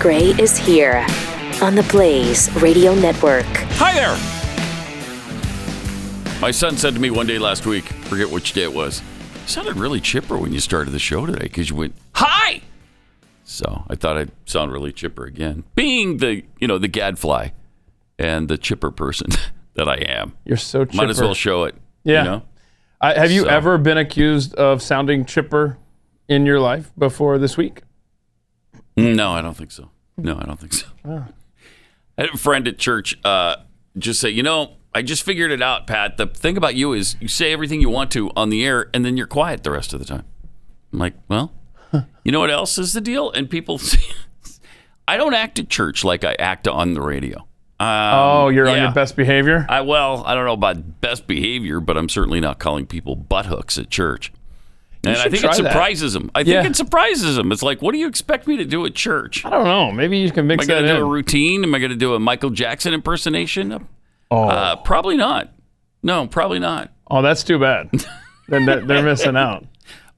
Gray is here on the Blaze Radio Network. Hi there! My son said to me one day last week, forget which day it was, you sounded really chipper when you started the show today because you went, hi! So I thought I'd sound really chipper again, being the, you know, the gadfly and the chipper person that I am. You're so chipper. Might as well show it. Yeah. You know? I, have you So- ever been accused of sounding chipper in your life before this week? No, I don't think so. No, I don't think so. Ah. I had a friend at church uh, just say, you know, I just figured it out, Pat. The thing about you is you say everything you want to on the air, and then you're quiet the rest of the time. I'm like, well, you know what else is the deal? And people say, I don't act at church like I act on the radio. Um, Oh, you're on yeah. your best behavior. I well, I don't know about best behavior, but I'm certainly not calling people butthooks at church. And I should think try it that. surprises them. I think Yeah. it surprises them. It's like, what do you expect me to do at church? I don't know. Maybe you can Am I mix going that to do a in. routine? Am I going to do a Michael Jackson impersonation? Uh, probably not. No, probably not. oh, that's too bad. then they're, they're missing out.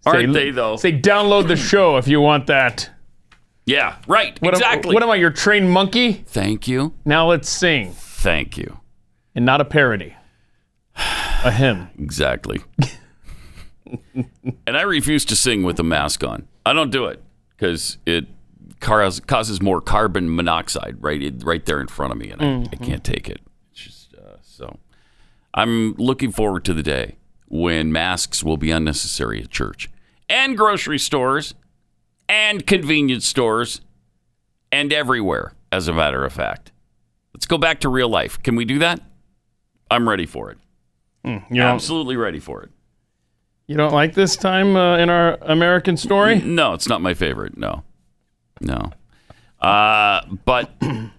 Aren't they though? Say download the show if you want that. yeah, right. What am- exactly. what am I, your trained monkey? Thank you. Now let's sing, Thank you. and not a parody, a hymn. Exactly. and I refuse to sing with a mask on. I don't do it because it causes, causes more carbon monoxide right it, right there in front of me, and I, I can't take it. It's just, uh, so I'm looking forward to the day when masks will be unnecessary at church and grocery stores and convenience stores and everywhere. As a matter of fact, let's go back to real life. Can we do that? I'm ready for it. You don't, Absolutely ready for it. you don't like this time uh, in our American story? No, it's not my favorite. No, no. Uh, but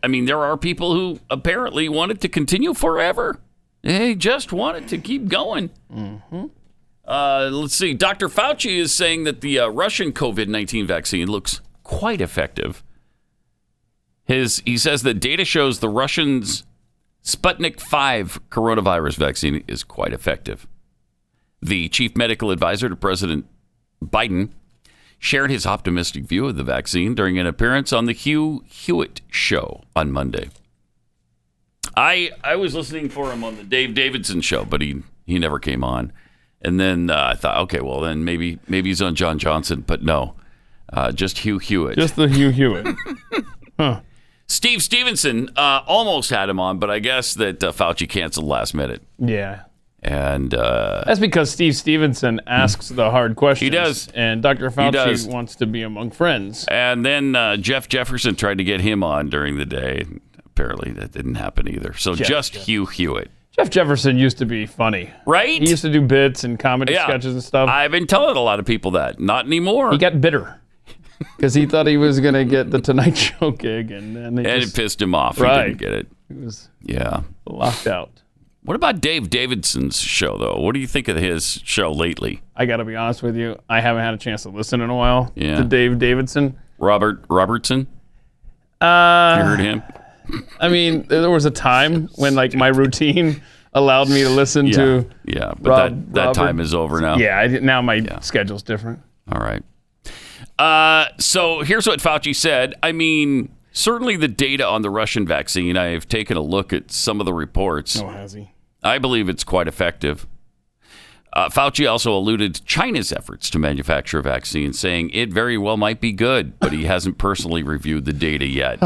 I mean, there are people who apparently want it to continue forever. They just want it to keep going. Uh, let's see. Dr. Fauci is saying that the uh, Russian COVID nineteen vaccine looks quite effective. His he says that data shows the Russians Sputnik 5 coronavirus vaccine is quite effective. The chief medical advisor to President Biden shared his optimistic view of the vaccine during an appearance on the Hugh Hewitt show on Monday. I I was listening for him on the Dave Davidson show, but he he never came on. And then uh, I thought, okay, well then maybe maybe he's on John Johnson, but no, uh, just Hugh Hewitt. Just the Hugh Hewitt. Steve Stevenson uh, almost had him on, but I guess that uh, Fauci canceled last minute, yeah. and uh, That's because Steve Stevenson asks the hard questions. He does. And Dr. does. Fauci wants to be among friends. and then uh, Jeff Jefferson tried to get him on during the day. Apparently, that didn't happen either. So just Hugh Hewitt, Jeff Jefferson used to be funny. right? He used to do bits and comedy Yeah. sketches and stuff. I've been telling a lot of people that. Not anymore. he got bitter because he thought he was going to get the Tonight Show gig, and then he and it just pissed him off. He didn't Right. get it. was Yeah. locked out. What about Dave Davidson's show though? What do you think of his show lately? I got to be honest with you. I haven't had a chance to listen in a while Yeah. to Dave Davidson. Robert Robertson? You Uh, heard him? I mean, there was a time when like my routine allowed me to listen Yeah. to. yeah. But Rob- that, that Robert- time is over now. Oh. Yeah, I, did- now my schedule's different. All right. Uh, so here's what Fauci said. I mean, certainly the data on the Russian vaccine, I've taken a look at some of the reports. Oh, has he? I believe it's quite effective. Uh, Fauci also alluded to China's efforts to manufacture a vaccine, saying it very well might be good, but he hasn't personally reviewed the data yet.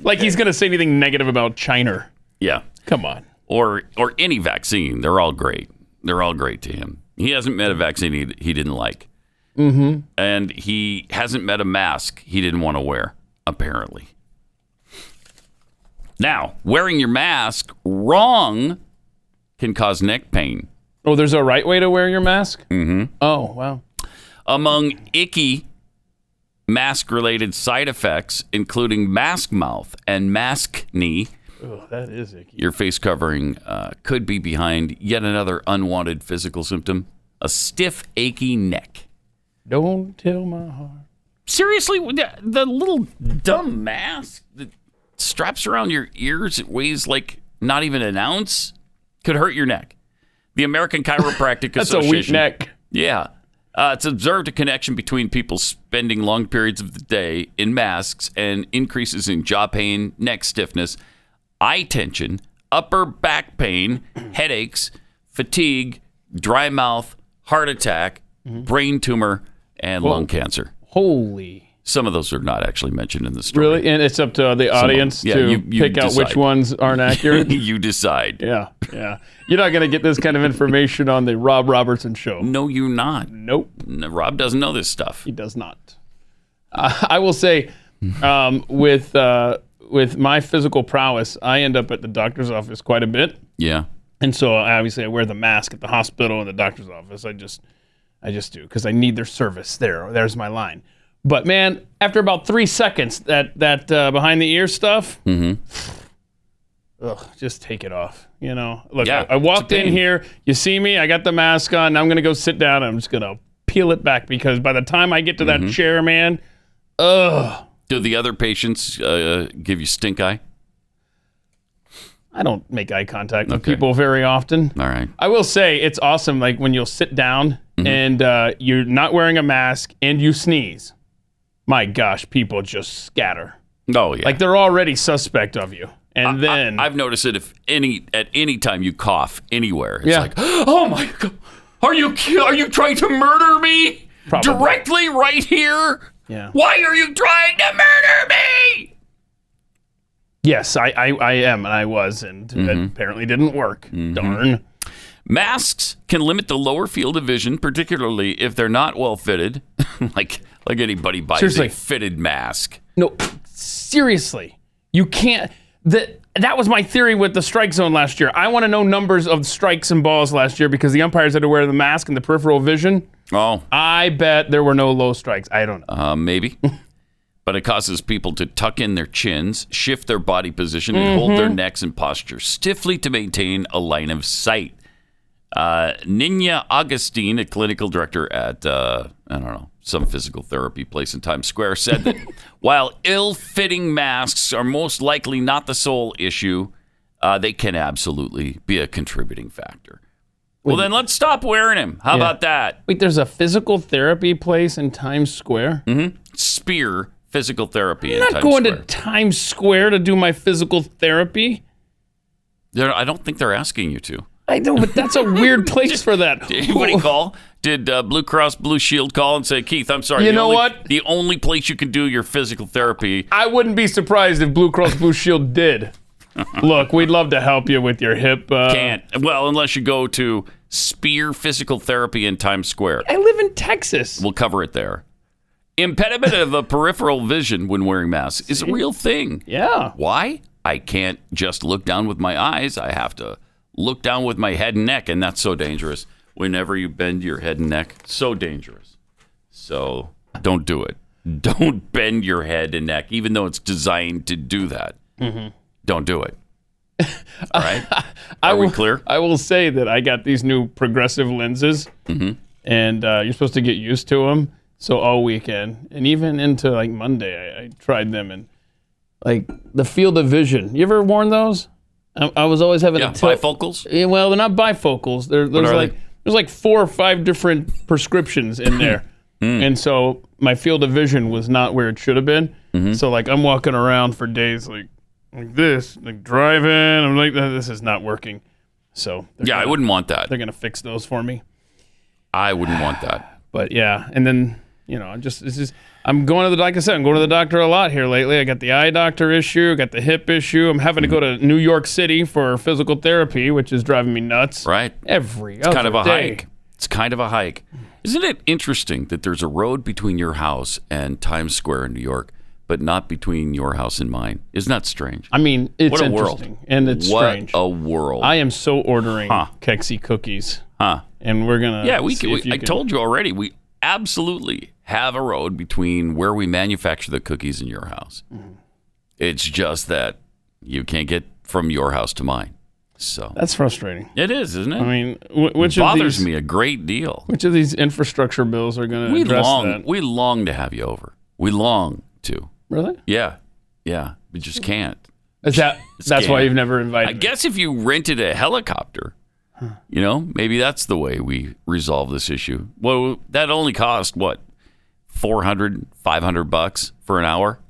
Like he's gonna say anything negative about China? yeah, Come on. or or any vaccine, they're all great. They're all great to him. He hasn't met a vaccine he, he didn't like, mm-hmm. and he hasn't met a mask he didn't want to wear. Apparently, now wearing your mask wrong can cause neck pain. Oh, there's a right way to wear your mask. Mm-hmm. Oh, wow. among icky mask related side effects, including mask mouth and mask knee. Oh, that is icky. Your face covering uh, could be behind yet another unwanted physical symptom a stiff, achy neck. Don't tell my heart. Seriously, the, the little dumb mask that straps around your ears, it weighs like not even an ounce, could hurt your neck. The American Chiropractic That's a Association. weak neck. Yeah. Uh, it's observed a connection between people spending long periods of the day in masks and increases in jaw pain, neck stiffness, eye tension, upper back pain, headaches, fatigue, dry mouth, heart attack, Mm-hmm. brain tumor, and lung cancer. Holy. Some of those are not actually mentioned in the story. Really? And it's up to uh, the audience yeah, to you- you pick out which decide. ones aren't accurate. you decide. yeah, yeah. You're not going to get this kind of information on the Rob Robertson show. No, you're not. Nope. No, Rob doesn't know this stuff. He does not. Uh, I will say, um, with uh, with my physical prowess, I end up at the doctor's office quite a bit, Yeah. and so obviously I wear the mask at the hospital and the doctor's office. I just I just do because I need their service. There, there's my line. But man, after about three seconds, that that uh, behind the ear stuff, Mm-hmm. ugh, just take it off. You know, look, Yeah, I, I it's a walked in pain. here. You see me? I got the mask on. Now I'm gonna go sit down. I'm just gonna peel it back because by the time I get to Mm-hmm. that chair, man, ugh, Do the other patients uh, give you stink eye? I don't make eye contact with Okay. people very often. All right. I will say it's awesome. Like when you'll sit down Mm-hmm. and uh, you're not wearing a mask and you sneeze. My gosh, people just scatter. Oh yeah. Like they're already suspect of you, and then I, have noticed it if any at any time you cough anywhere, it's Yeah. like, oh my god, are you ki- are you trying to murder me Probably. directly right here? Yeah. Why are you trying to murder me? yes, I, I I am and I was, and Mm-hmm. it apparently didn't work. Darn. Masks can limit the lower field of vision, particularly if they're not well fitted. like like anybody buys Seriously. a fitted mask. No, seriously, you can't. That that was my theory with the strike zone last year. I want to know numbers of strikes and balls last year because the umpires had to wear the mask and the peripheral vision. Oh, I bet there were no low strikes. I don't know. Uh, maybe. but it causes people to tuck in their chins, shift their body position, and hold Mm-hmm. their necks and posture stiffly to maintain a line of sight. Uh, Nina Augustine, a clinical director at, uh, I don't know, some physical therapy place in Times Square, said that while ill fitting masks are most likely not the sole issue, uh, they can absolutely be a contributing factor. Well, then let's stop wearing them. How about that? Wait, there's a physical therapy place in Times Square. Spear Physical Therapy in I'm not Mm-hmm. Times going Square. to Times Square to do my physical therapy. They're, I don't think they're asking you to. I don't. But that's a weird place for that. Did anybody call? Did uh, Blue Cross Blue Shield call and say, Keith, I'm sorry. You the know only- what? The only place you can do your physical therapy. I wouldn't be surprised if Blue Cross Blue Shield did. Look, we'd love to help you with your hip. Uh, Can't. Well, unless you go to Spear Physical Therapy in Times Square. I live in Texas. We'll cover it there. Impediment of the peripheral vision when wearing masks is a real thing. Yeah. Why? I can't just look down with my eyes. I have to look down with my head and neck, and that's so dangerous. Whenever you bend your head and neck, so dangerous. So don't do it. Don't bend your head and neck, even though it's designed to do that. Don't do it. All right. Are we will- clear? I will say that I got these new progressive lenses, and uh, you're supposed to get used to them. So all weekend and even into like Monday, I, I tried them and like the field of vision. You ever worn those? I, I was always having Yeah, a tilt. bifocals. Yeah, well, they're not bifocals. They're, there's are like they? there's like four or five different prescriptions in there, Hmm. and so my field of vision was not where it should have been. Mm-hmm. So like I'm walking around for days like like this, like driving. I'm like "No, this is not working. So they're Yeah, I gonna, wouldn't want that. they're gonna fix those for me. I wouldn't want that. But yeah, and then you know I'm just this is I'm going to the like I said I'm going to the doctor a lot here lately. I got the eye doctor issue, I got the hip issue. I'm Hmm. having to go to New York City for physical therapy, which is driving me nuts. Right. Every It's kind of a hike. It's kind of a hike. Isn't it interesting that there's a road between your house and Times Square in New York, but not between your house and mine? Isn't that strange? I mean, it's What a world. interesting and it's what strange. a world. I am so ordering Kexi cookies, huh. and we're gonna. Yeah, we, see can, we if you I can- told you already, we absolutely have a road between where we manufacture the cookies in your house. Mm-hmm. It's just that you can't get from your house to mine. So That's frustrating. it is, isn't it? I mean, wh- which of bothers these, me a great deal. Which of these infrastructure bills are gonna We address long, that? we long to have you over. We long to. Really? Yeah, yeah. We just can't. Is that that's why Scam. you've never invited? I me. guess if you rented a helicopter, You know, maybe that's the way we resolve this issue. Well, that only cost what 400, 500 bucks for an hour.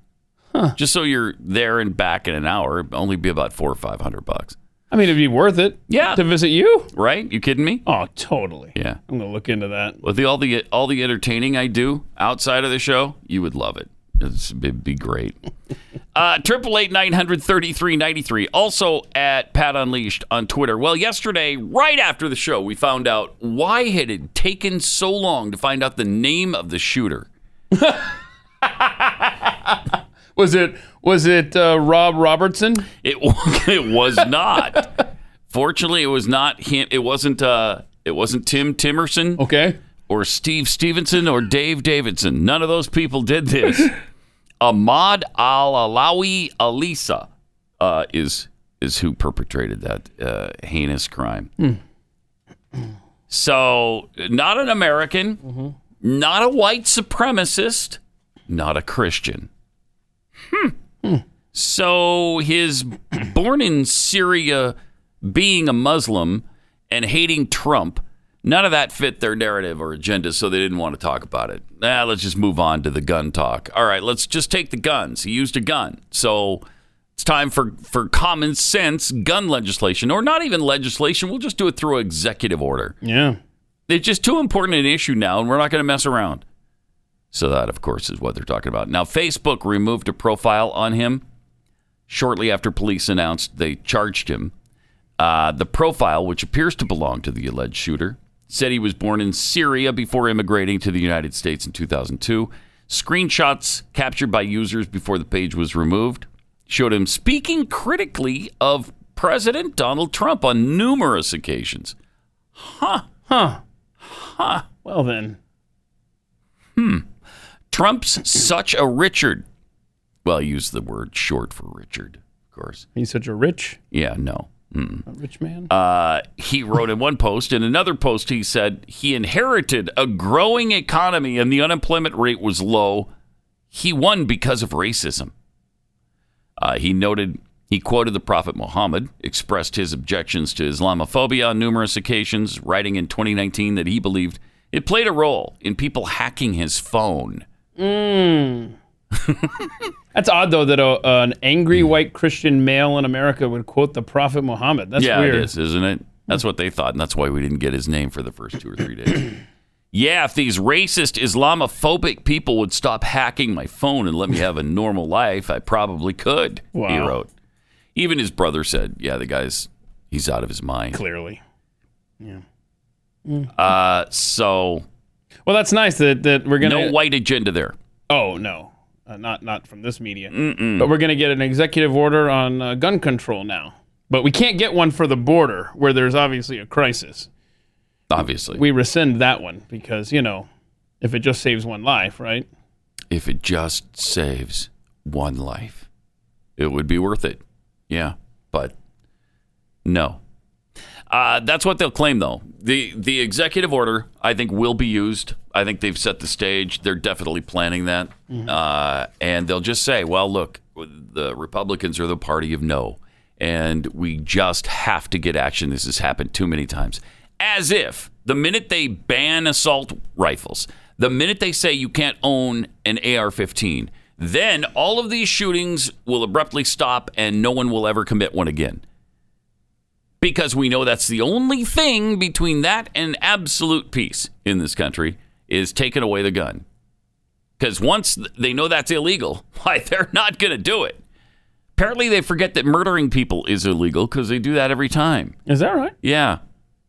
Just so you're there and back in an hour, it'd only be about four or five hundred bucks, I mean, it'd be worth it. Yeah. To visit you? right? You kidding me? Oh, totally. Yeah. I'm gonna look into that. With the, all the all the entertaining I do outside of the show, you would love it. It's, it'd be great. Uh, Triple eight nine hundred thirty three ninety three. Also at Pat Unleashed on Twitter. Well, yesterday, right after the show, we found out why had it taken so long to find out the name of the shooter. Was it was it uh, Rob Robertson? It wa- it was not. Fortunately, it was not him. It wasn't. Uh, it wasn't Tim Timerson Okay. or Steve Stevenson or Dave Davidson. None of those people did this. Ahmad Al Alawi Alisa uh, is is who perpetrated that uh, heinous crime. So, not an American, not a white supremacist, not a Christian. So his born in Syria, being a Muslim and hating Trump, none of that fit their narrative or agenda, so they didn't want to talk about it. Nah, let's just move on to the gun talk. All right, let's just take the guns. He used a gun, so it's time for for common sense gun legislation, or not even legislation. We'll just do it through executive order. Yeah. It's just too important an issue now, and we're not going to mess around. So that, of course, is what they're talking about. Now, Facebook removed a profile on him shortly after police announced they charged him. Uh, the profile, which appears to belong to the alleged shooter, said he was born in Syria before immigrating to the United States in 2002. Screenshots captured by users before the page was removed showed him speaking critically of President Donald Trump on numerous occasions. Well then. Trump's such a Richard. Well, I used the word short for Richard, of course. He's such a rich Yeah, no. a rich man. Uh, he wrote in one post. In another post, he said he inherited a growing economy and the unemployment rate was low. He won because of racism. Uh, he noted he quoted the Prophet Muhammad, expressed his objections to Islamophobia on numerous occasions, writing in 2019 that he believed it played a role in people hacking his phone. Hmm. That's odd though that a, an angry Hmm. white Christian male in America would quote the Prophet Muhammad. That's yeah, weird. it is, isn't it? That's what they thought, and that's why we didn't get his name for the first two or three days. yeah, if these racist, Islamophobic people would stop hacking my phone and let me have a normal life, I probably could. He Wow. wrote. Even his brother said, "Yeah, the guy's he's out of his mind." Clearly. Uh, so Well, that's nice that, that we're gonna. no white agenda there. Oh no, uh, not not from this media. But we're gonna get an executive order on uh, gun control now. But we can't get one for the border where there's obviously a crisis. Obviously, We rescind that one because you know, if it just saves one life, right? if it just saves one life, it would be worth it. Yeah, but no. Uh, that's what they'll claim, though. the The executive order, I think, will be used. I think they've set the stage. They're definitely planning that, uh, and they'll just say, "Well, look, the Republicans are the party of no, and we just have to get action. This has happened too many times." As if the minute they ban assault rifles, the minute they say you can't own an AR-15, then all of these shootings will abruptly stop, and no one will ever commit one again because we know that's the only thing between that and absolute peace in this country is taking away the gun. Because once th- they know that's illegal, why they're not going to do it. Apparently, they forget that murdering people is illegal because they do that every time. Is that right? Yeah.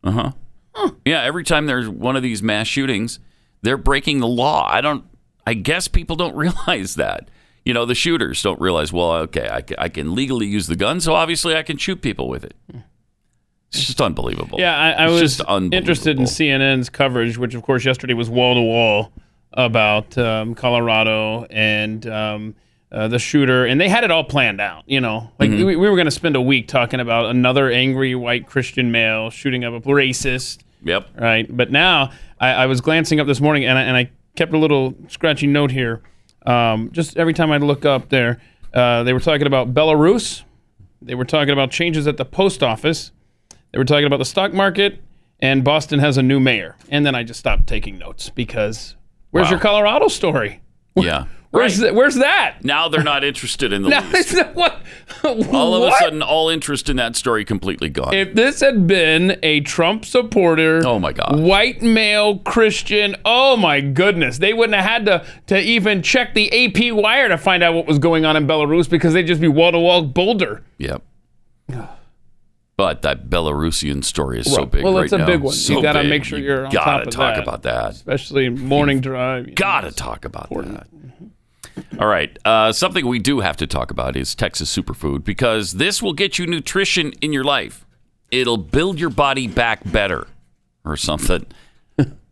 Uh huh. Yeah. Every time there's one of these mass shootings, they're breaking the law. I don't. I guess people don't realize that. You know, the shooters don't realize. Well, okay, I, ca- I can legally use the gun, so obviously I can shoot people with it. It's just unbelievable. Yeah, I, I It's was just unbelievable. interested in CNN's coverage, which of course yesterday was wall to wall about um, Colorado and um, uh, the shooter, and they had it all planned out. You know, like Mm-hmm. we, we were going to spend a week talking about another angry white Christian male shooting up a racist, Yep. right? But now I, I was glancing up this morning, and I, and I kept a little scratchy note here. Um, just every time I look up there, uh, they were talking about Belarus. They were talking about changes at the post office. They were talking about the stock market, and Boston has a new mayor. And then I just stopped taking notes because where's Wow. your Colorado story? Yeah. Where's Right. th- where's that? Now they're not interested in the Now, least. what? All of what? a sudden, all interest in that story completely gone. If this had been a Trump supporter, Oh, my God. white male Christian, oh my goodness, they wouldn't have had to to even check the AP wire to find out what was going on in Belarus because they'd just be wall to wall Boulder. Yep. But that Belarusian story is so Right. big Well, right it's a now. big one. You So gotta big. make sure You you're on gotta top of talk that. about that. Especially morning drive. you know. Gotta talk about that. All right. Uh, something we do have to talk about is Texas Superfood because this will get you nutrition in your life. It'll build your body back better or something.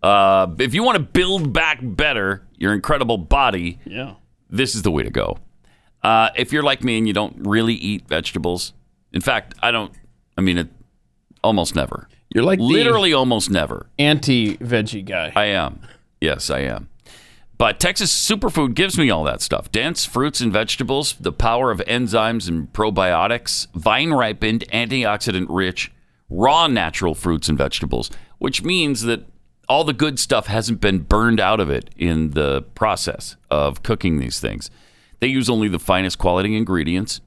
uh, if you want to build back better your incredible body, Yeah. this is the way to go. Uh, if you're like me and you don't really eat vegetables, in fact, I don't, I mean, it, almost never. You're like Literally almost never. anti veggie guy. I am. Yes, I am. But Texas Superfood gives me all that stuff dense fruits and vegetables, the power of enzymes and probiotics, vine ripened, antioxidant rich, raw natural fruits and vegetables, which means that all the good stuff hasn't been burned out of it in the process of cooking these things. They use only the finest quality ingredients.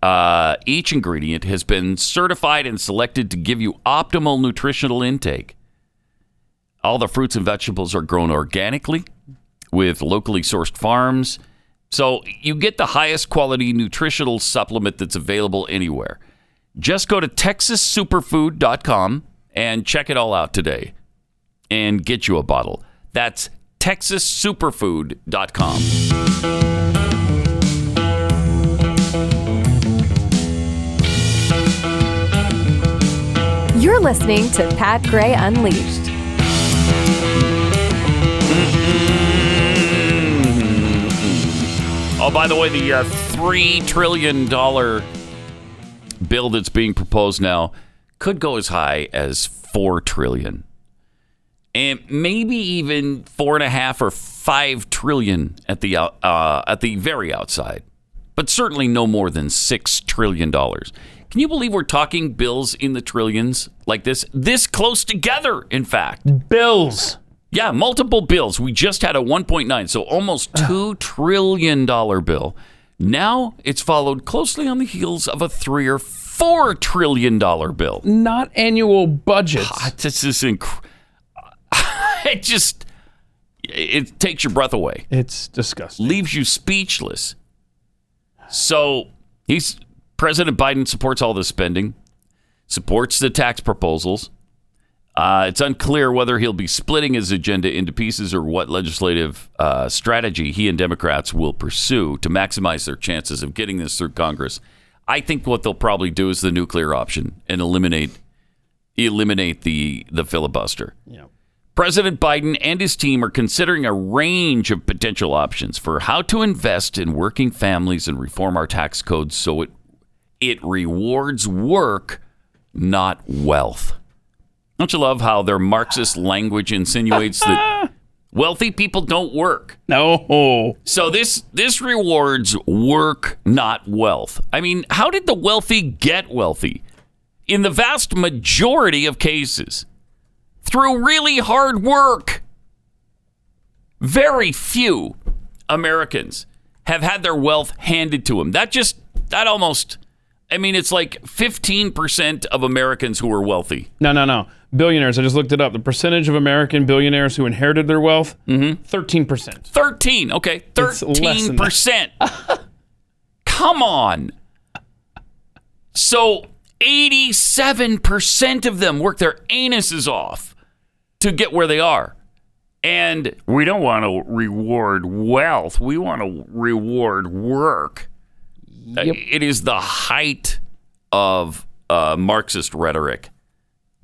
Uh, each ingredient has been certified and selected to give you optimal nutritional intake. All the fruits and vegetables are grown organically with locally sourced farms. So you get the highest quality nutritional supplement that's available anywhere. Just go to texassuperfood.com and check it all out today and get you a bottle. That's texassuperfood.com. You're listening to Pat Gray Unleashed. Oh, by the way, the uh, three trillion dollar bill that's being proposed now could go as high as four trillion, and maybe even four and a half or five trillion at the out- uh, at the very outside, but certainly no more than six trillion dollars. Can you believe we're talking bills in the trillions like this? This close together, in fact. Bills. Yeah, multiple bills. We just had a 1.9, so almost two trillion dollar bill. Now it's followed closely on the heels of a three or four trillion dollar bill. Not annual budgets. Ah, This is inc- it just it takes your breath away It's disgusting. leaves you speechless. So he's President Biden supports all this spending, supports the tax proposals. Uh, it's unclear whether he'll be splitting his agenda into pieces or what legislative uh, strategy he and Democrats will pursue to maximize their chances of getting this through Congress. I think what they'll probably do is the nuclear option and eliminate eliminate the the filibuster. Yeah. President Biden and his team are considering a range of potential options for how to invest in working families and reform our tax code so it it rewards work, not wealth. Don't you love how their Marxist language insinuates that wealthy people don't work? No. So this this rewards work, not wealth. I mean, how did the wealthy get wealthy? In the vast majority of cases, through really hard work. Very few Americans have had their wealth handed to them. That just that almost I mean, it's like 15% of Americans who are wealthy. No, no, no. Billionaires. I just looked it up. The percentage of American billionaires who inherited their wealth, Mm-hmm. 13%. 13. Okay. It's less than 13%. Come on. So 87% of them work their anuses off to get where they are. And we don't want to reward wealth. We want to reward work. It is the height of uh, Marxist rhetoric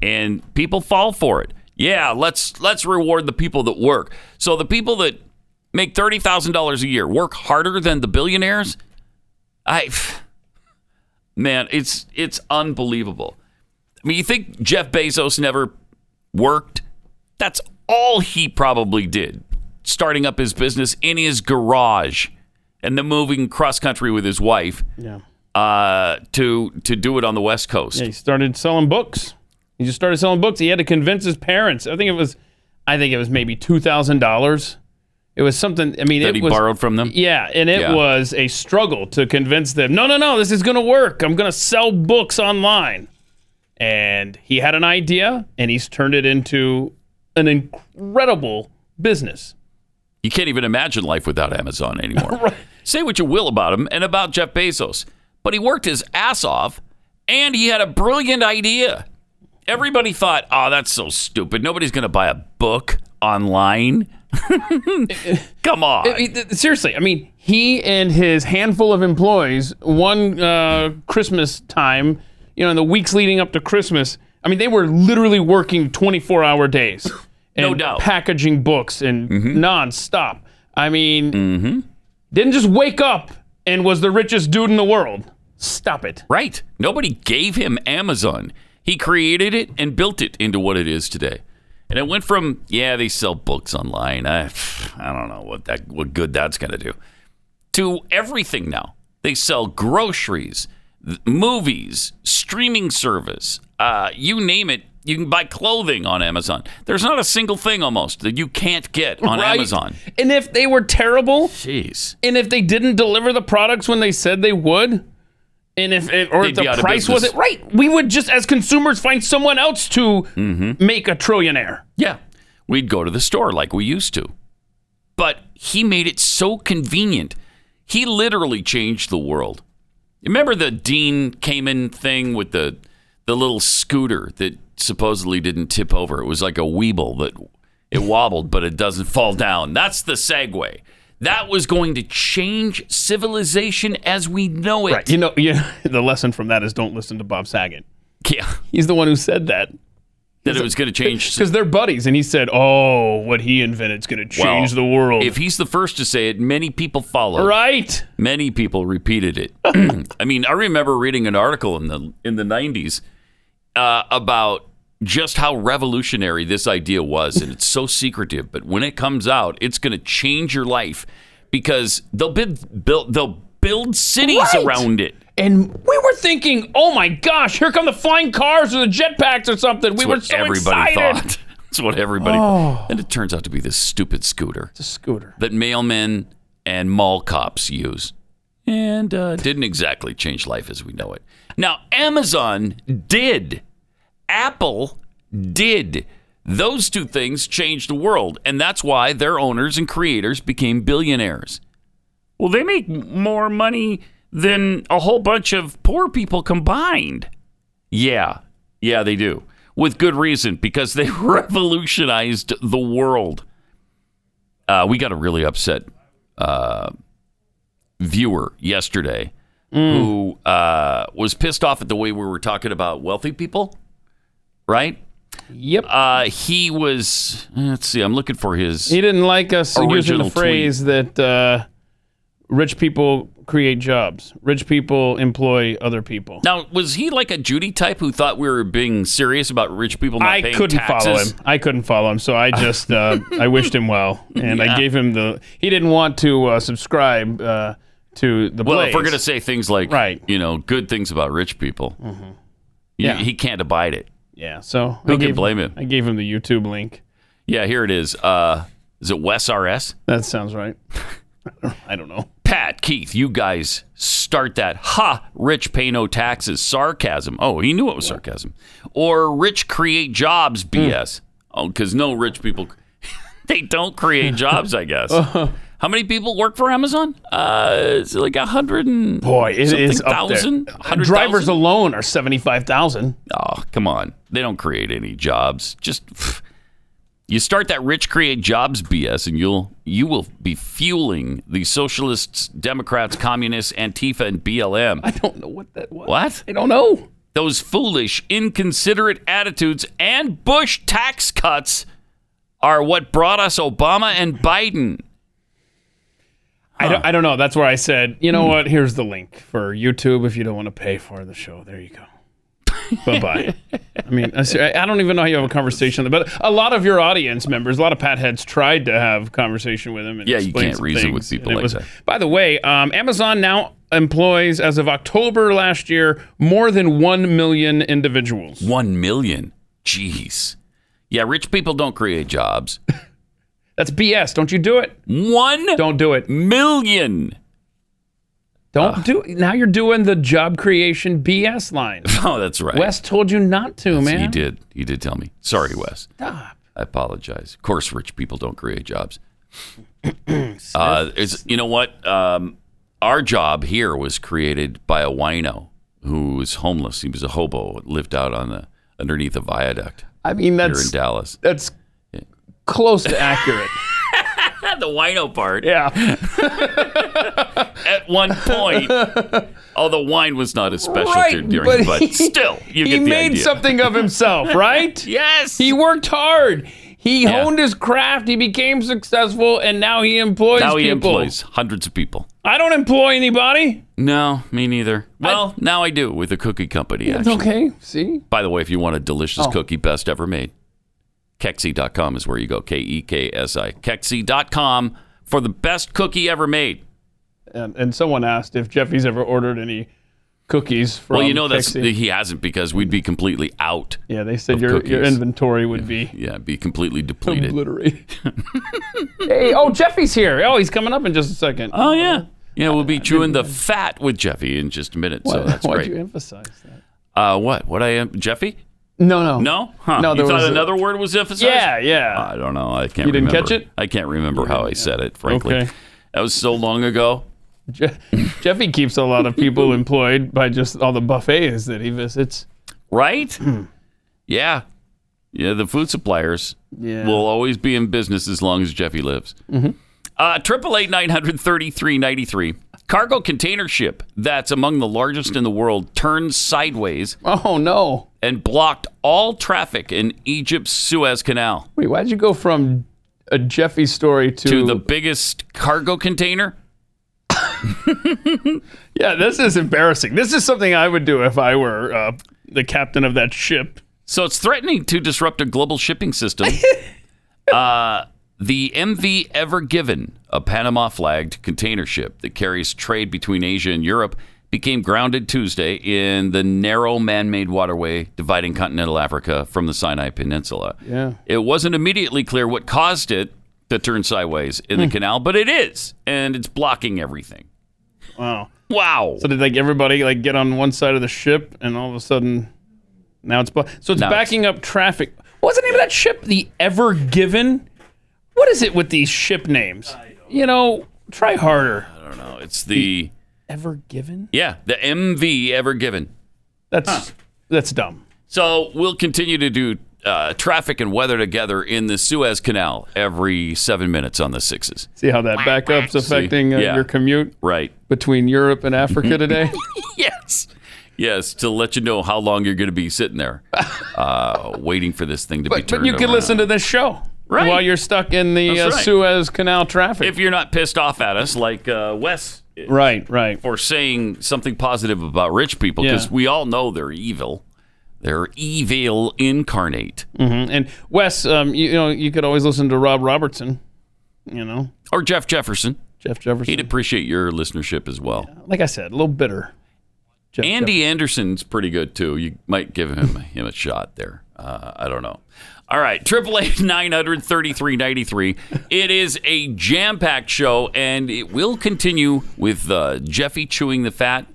and people fall for it. Yeah, let's let's reward the people that work. So the people that make thirty thousand dollars a year work harder than the billionaires. I, man, it's it's unbelievable. I mean, you think Jeff Bezos never worked? That's all he probably did, starting up his business in his garage, and then moving cross country with his wife Yeah. uh, to to do it on the West Coast. He started selling books. He just started selling books. He had to convince his parents. I think it was, I think it was maybe two thousand dollars. It was something. I mean, that it he was borrowed from them. Yeah, and it Yeah. was a struggle to convince them. No, no, no, this is going to work. I'm going to sell books online. And he had an idea, and he's turned it into an incredible business. You can't even imagine life without Amazon anymore. Say what you will about him and about Jeff Bezos, but he worked his ass off and he had a brilliant idea. Everybody thought, oh, that's so stupid. Nobody's going to buy a book online. Come on. I mean, th- seriously, I mean, he and his handful of employees, one uh, Christmas time, you know, in the weeks leading up to Christmas, I mean, they were literally working 24 hour days. No and doubt. Packaging books and Mm-hmm. nonstop. I mean, didn't just wake up and was the richest dude in the world. Stop it. Right. Nobody gave him Amazon. He created it and built it into what it is today. And it went from, yeah, they sell books online. I, I don't know what that what good that's going to do. To everything now. They sell groceries, th- movies, streaming service, uh, you name it. You can buy clothing on Amazon. There's not a single thing almost that you can't get on Right? Amazon. And if they were terrible, Jeez. and if they didn't deliver the products when they said they would, and if, if or They'd if be the out of price business. wasn't right, we would just as consumers find someone else to Mm-hmm. make a trillionaire. Yeah. We'd go to the store like we used to. But he made it so convenient. He literally changed the world. Remember the Dean Kamen thing with the the little scooter that supposedly didn't tip over. It was like a weeble that it wobbled but it doesn't fall down. That's the segue. That was going to change civilization as we know it. You know, you, the lesson from that is don't listen to Bob Saget. Yeah. He's the one who said that That it was going to change because they're buddies, and he said, "Oh, what he invented's going to change Well, the world." If he's the first to say it, many people follow. right? many people repeated it. I mean, I remember reading an article in the in the '90s uh, about just how revolutionary this idea was, and it's so secretive. But when it comes out, it's going to change your life because they'll build, build they'll build cities Right. around it. And we were thinking, "Oh my gosh, here come the flying cars or the jetpacks or something." we That's were what so everybody excited. Oh. thought. That's what everybody. thought. And it turns out to be this stupid scooter It's a scooter. that mailmen and mall cops use. And uh, didn't exactly change life as we know it. Now, Amazon did. Apple did. Those two things changed the world. And that's why their owners and creators became billionaires. Well, they make more money than a whole bunch of poor people combined. Yeah. Yeah, they do. With good reason, because they revolutionized the world uh, we got a really upset uh, viewer yesterday Mm. who uh, was pissed off at the way we were talking about wealthy people, right? Yep. Uh, he was, eh, let's see, I'm looking for his. He didn't like us using Original the phrase that uh, rich people create jobs, rich people employ other people. now, was he like a Judy type who thought we were being serious about rich people not I paying couldn't follow taxes? him. I couldn't follow him, so I just uh, I wished him well, and I gave him the. He didn't want to uh, subscribe uh, to the. Well, if we're Blaze. going to say things like, Right. Mm-hmm. you know, good things about rich people, you- Yeah. he can't abide it. yeah. So Who I can gave, blame him? I gave him the YouTube link. Yeah, here it is. Uh, is it Wes RS? That sounds right. I don't know. Pat, Keith, you guys start that. Ha, rich pay no taxes. Sarcasm. Oh, he knew it was sarcasm. Or rich create Hmm. jobs BS. Oh, because no rich people, they don't create jobs, I guess. How many people work for Amazon? Uh, it's like a hundred and Boy, it something is up there. thousand. Hundred Drivers thousand? alone are seventy five thousand. Oh, come on. They don't create any jobs. Just you start that rich create jobs BS and you'll you will be fueling the socialists, Democrats, communists, Antifa and BLM. I don't know what that was. What? I don't know. Those foolish, inconsiderate attitudes and Bush tax cuts are what brought us Obama and Biden. I don't, I don't know. That's where I said, you Hmm. know what? Here's the link for YouTube if you don't want to pay for the show. There you go. bye bye. I mean, I ser- I don't even know how you have a conversation, but a lot of your audience members, a lot of patheads tried to have conversation with him. And Yeah, you explain can't some reason with things, people and like it was- that. By the way, um, Amazon now employs, as of October last year, more than 1 million individuals. One million. Jeez. Yeah, rich people don't create jobs. That's BS. Don't you do it. One Don't do it. million. Don't do it. Now you're doing the job creation BS line. Oh, that's right. Wes told you not to, man. He did. He did tell me. Sorry, Wes. Stop. I apologize. Of course, rich people don't create jobs. uh, it's, you know what? Um, our job here was created by a wino who was homeless. He was a hobo, lived out on the underneath a viaduct I mean, here in that's Dallas. that's close to accurate. the wino part. yeah. At one point, although wine was not a specialty Right, during, but but, he- still, you he get the made idea. something of himself, right? Yes. He worked hard. He Yeah. honed his craft. He became successful, and now he employs now he people. employs hundreds of people. I don't employ anybody. No, me neither. Well, now I do with the cookie company. It's Actually. okay. Oh. See, By the way, if you want a delicious cookie best ever made, Keksi.com is where you go. K E K S I. Keksi.com for the best cookie ever made. and, and someone asked if Jeffy's ever ordered any cookies from. Well, you know that's Pixie. he hasn't because we'd be completely out. yeah. They said your, your cookies. inventory would be Yeah, be completely depleted. obliterated. hey, oh, Jeffy's here. Oh, he's coming up in just a second. Oh yeah. Yeah, we'll be chewing the fat with Jeffy in just a minute. So that's Why'd great. you emphasize that? Uh, what? What I am? Jeffy? No, no, No? Huh. No, you there thought was a- another word was emphasized? Yeah, yeah. I don't know. I can't You didn't remember. catch it? I can't remember how I said it, frankly. Okay. That was so long ago. Je- Jeffy keeps a lot of people employed by just all the buffets that he visits. Right? yeah. Yeah, the food suppliers Yeah. will always be in business as long as Jeffy lives. Uh, Triple eight nine hundred thirty three ninety three. Cargo container ship that's among the largest in the world turned sideways Oh no! and blocked all traffic in Egypt's Suez Canal. Wait, why'd you go from a Jeffy story to, To the biggest cargo container? Yeah, this is embarrassing. This is something I would do if I were uh, the captain of that ship. So it's threatening to disrupt a global shipping system. uh, the MV Ever Given, a Panama flagged container ship that carries trade between Asia and Europe, became grounded Tuesday in the narrow man made waterway dividing continental Africa from the Sinai Peninsula. Yeah. It wasn't immediately clear what caused it to turn sideways in Hmm. the canal, but it is, and it's blocking everything. Wow. Wow. So did like everybody like get on one side of the ship, and all of a sudden, now it's blo- so it's Now it's- backing up traffic. What's the name of that ship? The Ever Given. What is it with these ship names? You know, try harder. I don't know. It's the, Ever Given. yeah, the MV Ever Given. That's that's dumb. So we'll continue to do uh, traffic and weather together in the Suez Canal every seven minutes on the sixes. See how that backup's affecting uh, Yeah. your commute Right. between Europe and Africa today? Yes. Yes, to let you know how long you're going to be sitting there uh, waiting for this thing to be but, turned but you can around. listen to this show Right. while you're stuck in the uh, That's right. Suez Canal traffic. If you're not pissed off at us, like uh, Wes, right, right. for saying something positive about rich people, because Yeah. we all know they're evil. They're evil incarnate. Mhm. And Wes, um, you, you know, you could always listen to Rob Robertson. You know, Or Jeff Jefferson. Jeff Jefferson. He'd appreciate your listenership as well. like I said, a little bitter. Jeff Andy Anderson's pretty good too. You might give him him a shot there. Uh, I don't know. All right, triple eight nine hundred thirty three ninety three. It is a jam packed show, and it will continue with uh, Jeffy chewing the fat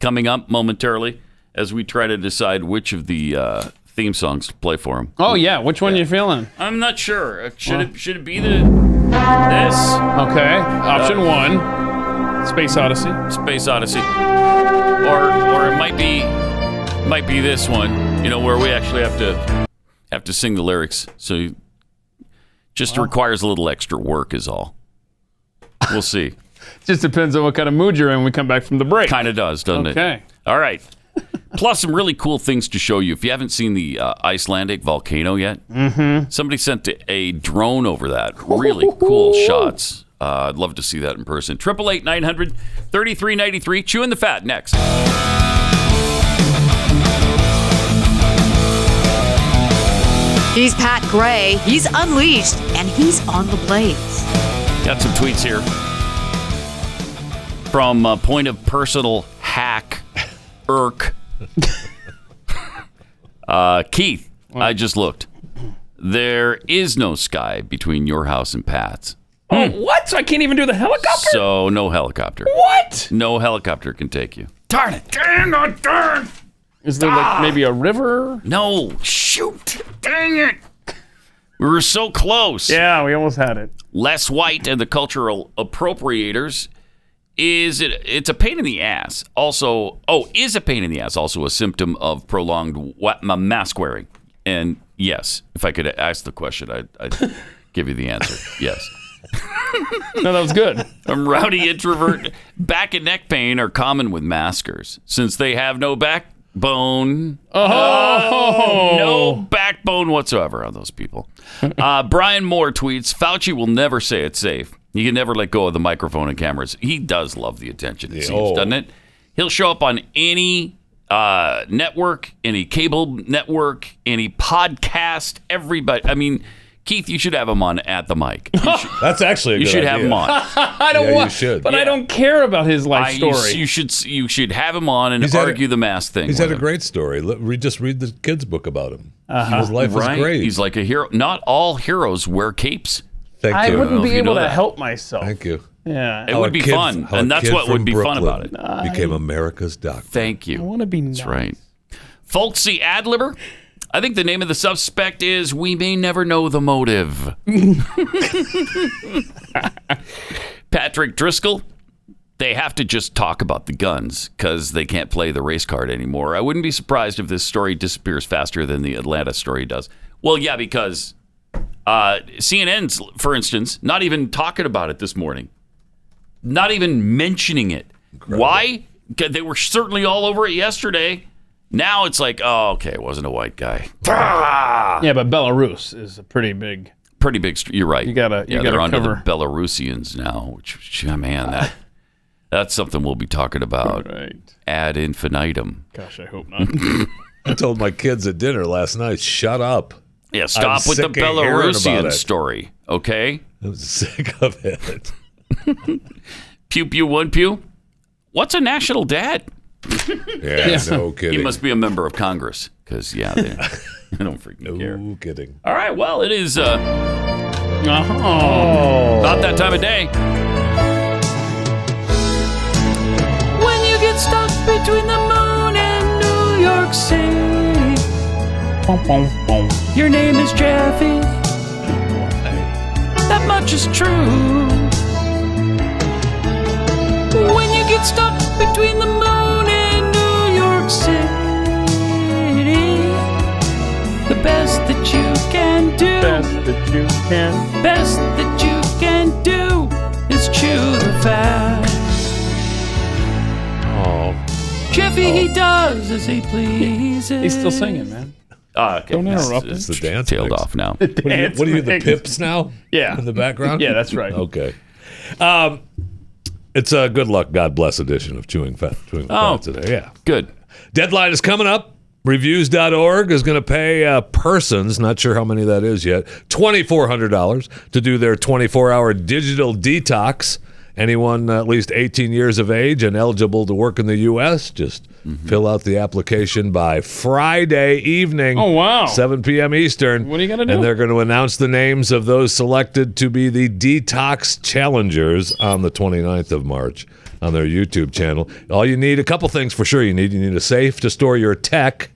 coming up momentarily as we try to decide which of the uh, theme songs to play for him. Jefferson. Oh yeah, which one you feeling? I'm not sure. Uh, Should it should it be the this Okay, option one, Uh, Space Odyssey. Space Odyssey, or or it might be might be this one. You know, where we actually have to have to sing the lyrics. So you, just requires a little extra work, is all. We'll see. Just depends on what kind of mood you're in when we come back from the break. kind of does, doesn't it? Okay. All right. Plus, some really cool things to show you. If you haven't seen the uh, Icelandic volcano yet, somebody sent a drone over that. Really cool shots. Uh, I'd love to see that in person. 888 900 3393. Chewing the fat next. He's Pat Gray. He's unleashed, and he's on the blades. Got some tweets here. from a point of personal hack, irk. uh, Keith, I just looked. There is no sky between your house and Pat's. Oh, what? So I can't even do the helicopter? So no helicopter. What? No helicopter can take you. Darn it. Dang it, darn. Is there like maybe a river? No, shoot. Dang it. We were so close. Yeah, we almost had it. Les White and the cultural appropriators is it it's a pain in the ass. Also, oh, is a pain in the ass also a symptom of prolonged wa- ma- mask wearing? And yes, if I could ask the question, I'd, I'd give you the answer. Yes. No, that was good. Um, rowdy introvert back and neck pain are common with maskers since they have no backbone. Oh, no backbone whatsoever on those people. Uh, Brian Moore tweets: Fauci will never say it's safe. He can never let go of the microphone and cameras. He does love the attention, it seems, oh. doesn't it? He'll show up on any uh, network, any cable network, any podcast. Everybody, I mean, Keith, you should have him on at the mic. You should, That's actually a you good should have idea. him on. I don't Yeah, you want, should. but I Yeah. don't care about his life I- you, story. s- you should s- you should have him on and He's had a- argue the mask thing. He's with had a him. great story. Let- Read, just read the kids' book about him. His life right. is great. He's like a hero. Not all heroes wear capes. Thank I you. know wouldn't be if you able know to that. help myself. Thank you. Yeah. It How a would be kid- fun, how a and that's kid what would from be fun Brooklyn about it. Became America's doctor. Thank you. I want to be nice. That's right. Folksy Adliber. I think the name of the suspect is We May Never Know the Motive. Patrick Driscoll. They have to just talk about the guns because they can't play the race card anymore. I wouldn't be surprised if this story disappears faster than the Atlanta story does. Well, yeah, because uh, CNN's, for instance, not even talking about it this morning, not even mentioning it. Why? 'Cause They were certainly all over it yesterday. Now it's like, oh, okay, it wasn't a white guy. Yeah, but Belarus is a pretty big. Pretty big. St- you're right. You gotta- Yeah, you gotta they're under the cover. Belarusians now. Which, yeah, man, that that's something we'll be talking about Right. ad infinitum. Gosh, I hope not. I told my kids at dinner last night, shut up. Yeah, stop with the sick of hearing about Belarusian it. story, okay? I'm sick of it. Pew pew one pew. What's a national dad? Yeah, no kidding. He must be a member of Congress, because yeah, they, I don't freaking care. no kidding. All right, well, it is. Uh, oh. About that time of day. When you get stuck between the moon and New York City, Bum, bum, bum. your name is Jeffy. That much is true. When you get stuck between the moon and New York City, the best that you can do. best that you can do is chew the fat. Oh. Jeffy, he does as he pleases. He's Oh. still singing, man. Oh, okay. Don't interrupt It's the dance. Tailed mix. off now. What are you, what are you, the mix. pips now? Yeah. In the background? Yeah, that's right. Okay. Um, it's a good luck, God bless edition of Chewing Fat. Chewing Oh. Fat today. Yeah. Good. Deadline is coming up. Reviews.org is going to pay uh, persons, not sure how many that is yet, $2,400 to do their 24 hour digital detox. Anyone at least 18 years of age and eligible to work in the U.S., just Mm-hmm. fill out the application by Friday evening. Oh, wow. 7 p.m. Eastern. What are you gonna do? And they're going to announce the names of those selected to be the detox challengers on the 29th of March on their YouTube channel. All you need a couple things for sure. You need you need a safe to store your tech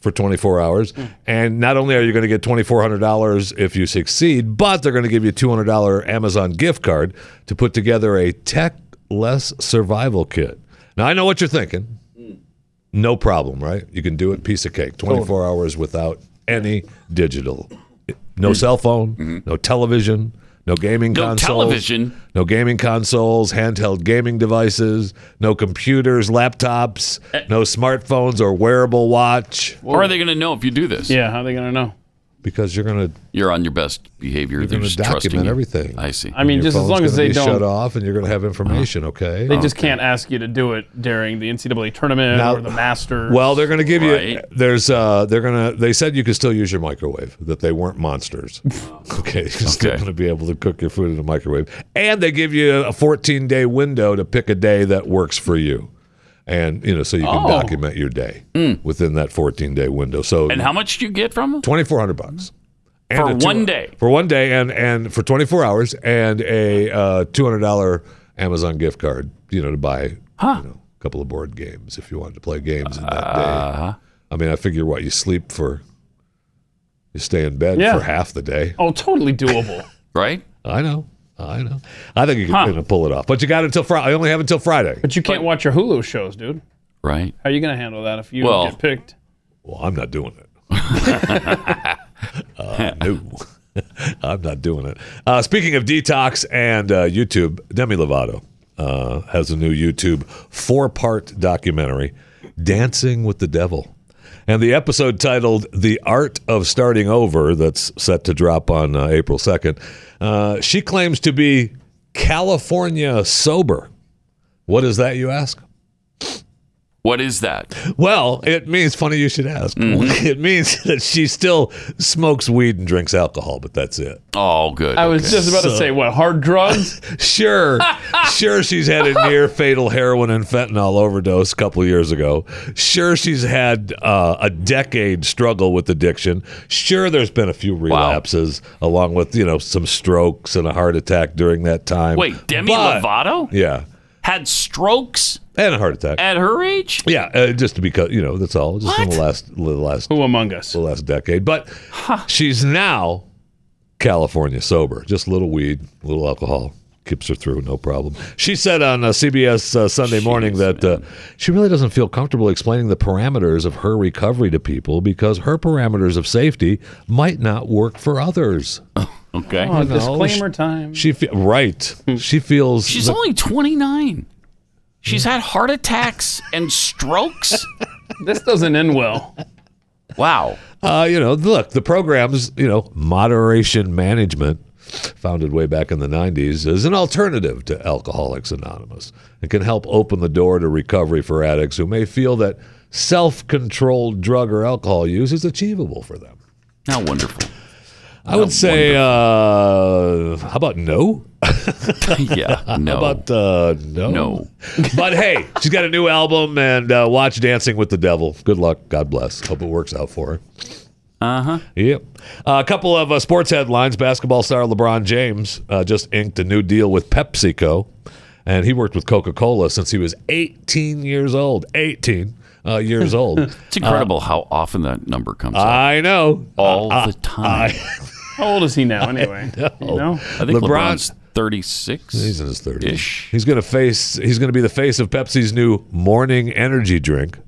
for 24 hours, Hmm. and not only are you going to get $2,400 if you succeed, but they're going to give you a $200 Amazon gift card to put together a tech-less survival kit. Now I know what you're thinking no problem, right? You can do it, piece of cake. 24 hours without any digital. No cell phone, no television, no gaming No consoles. television? No gaming consoles, handheld gaming devices, no computers, laptops, no smartphones or wearable watch. How are they going to know if you do this? Yeah, how are they going to know? because you're going to You're on your best behavior. They're gonna just document trusting you. everything. I see. I mean, just as long as they shut don't, off and you're going to have information. Okay. they just can't ask you to do it during the NCAA tournament Now- or the Masters. Well, they're going to give you. Right. There's. Uh, they're going to. They said you could still use your microwave. That they weren't monsters. okay, you're still Okay. going to be able to cook your food in a microwave, and they give you a 14 day window to pick a day that works for you, and you know so you can Oh. document your day within that 14 day window. So Hmm. and how much do you get from them? 2400 bucks And For a two- one day? For one day and and for 24 hours and a uh, $200 Amazon gift card, you know, to buy you know, a couple of board games if you wanted to play games in that day. I mean, I figure what you sleep for you stay in bed Yeah. for half the day. oh, totally doable. Right? I know. I know. I think you can you know, pull it off. But you got until Friday. I only have until Friday. but you can't watch your Hulu shows, dude. Right. How are you going to handle that if you Well- get picked? Well, I'm not doing it. uh, no, I'm not doing it. Uh, speaking of detox and uh, YouTube, Demi Lovato uh, has a new YouTube four part documentary, Dancing with the Devil. And the episode titled The Art of Starting Over, that's set to drop on uh, April 2nd, uh, she claims to be California sober. What is that, you ask? What is that? Well, it means funny you should ask. Mm-hmm. It means that she still smokes weed and drinks alcohol, but that's it. Oh, good. I was Okay. just about to say, what, hard drugs? Sure, sure she's had a near fatal heroin and fentanyl overdose a couple years ago. Sure she's had uh, a decade struggle with addiction. Sure there's been a few relapses along with, you know, some strokes and a heart attack during that time. Wait, Demi But- Lovato Yeah. had strokes And a heart attack. at her age? yeah, uh, just because, you know, that's all. Just in the Eh. What? last the last Who among us? the last decade. But she's now California sober, just a little weed, a little alcohol. Keeps her through, no problem. She said on uh, CBS uh, Sunday morning that uh, she really doesn't feel comfortable explaining the parameters of her recovery to people because her parameters of safety might not work for others. Okay. Oh, no. disclaimer time. She fe- right, she feels She's that- only 29. She's had heart attacks and strokes. this doesn't end well. Wow. Uh, you know, look, the program's, you know, moderation management, founded way back in the 90s, is an alternative to Alcoholics Anonymous. It can help open the door to recovery for addicts who may feel that self controlled drug or alcohol use is achievable for them. How wonderful. I would say, uh, how about no? yeah. No. But uh, no. No. but hey, she's got a new album and uh, watch Dancing with the Devil. Good luck. God bless. Hope it works out for her. Uh-huh. Uh huh. Yep. Uh, a couple of uh, sports headlines. Basketball star LeBron James uh, just inked a new deal with PepsiCo, and he worked with Coca Cola since he was 18 years old. 18 uh, years old. it's incredible how often that number comes up. I know. All uh, the time. How old is he now, anyway? You know? Oh. I think LeBron's- LeBron's 36. He's in his thirties. Ish. He's gonna face. He's gonna be the face of Pepsi's new morning energy drink.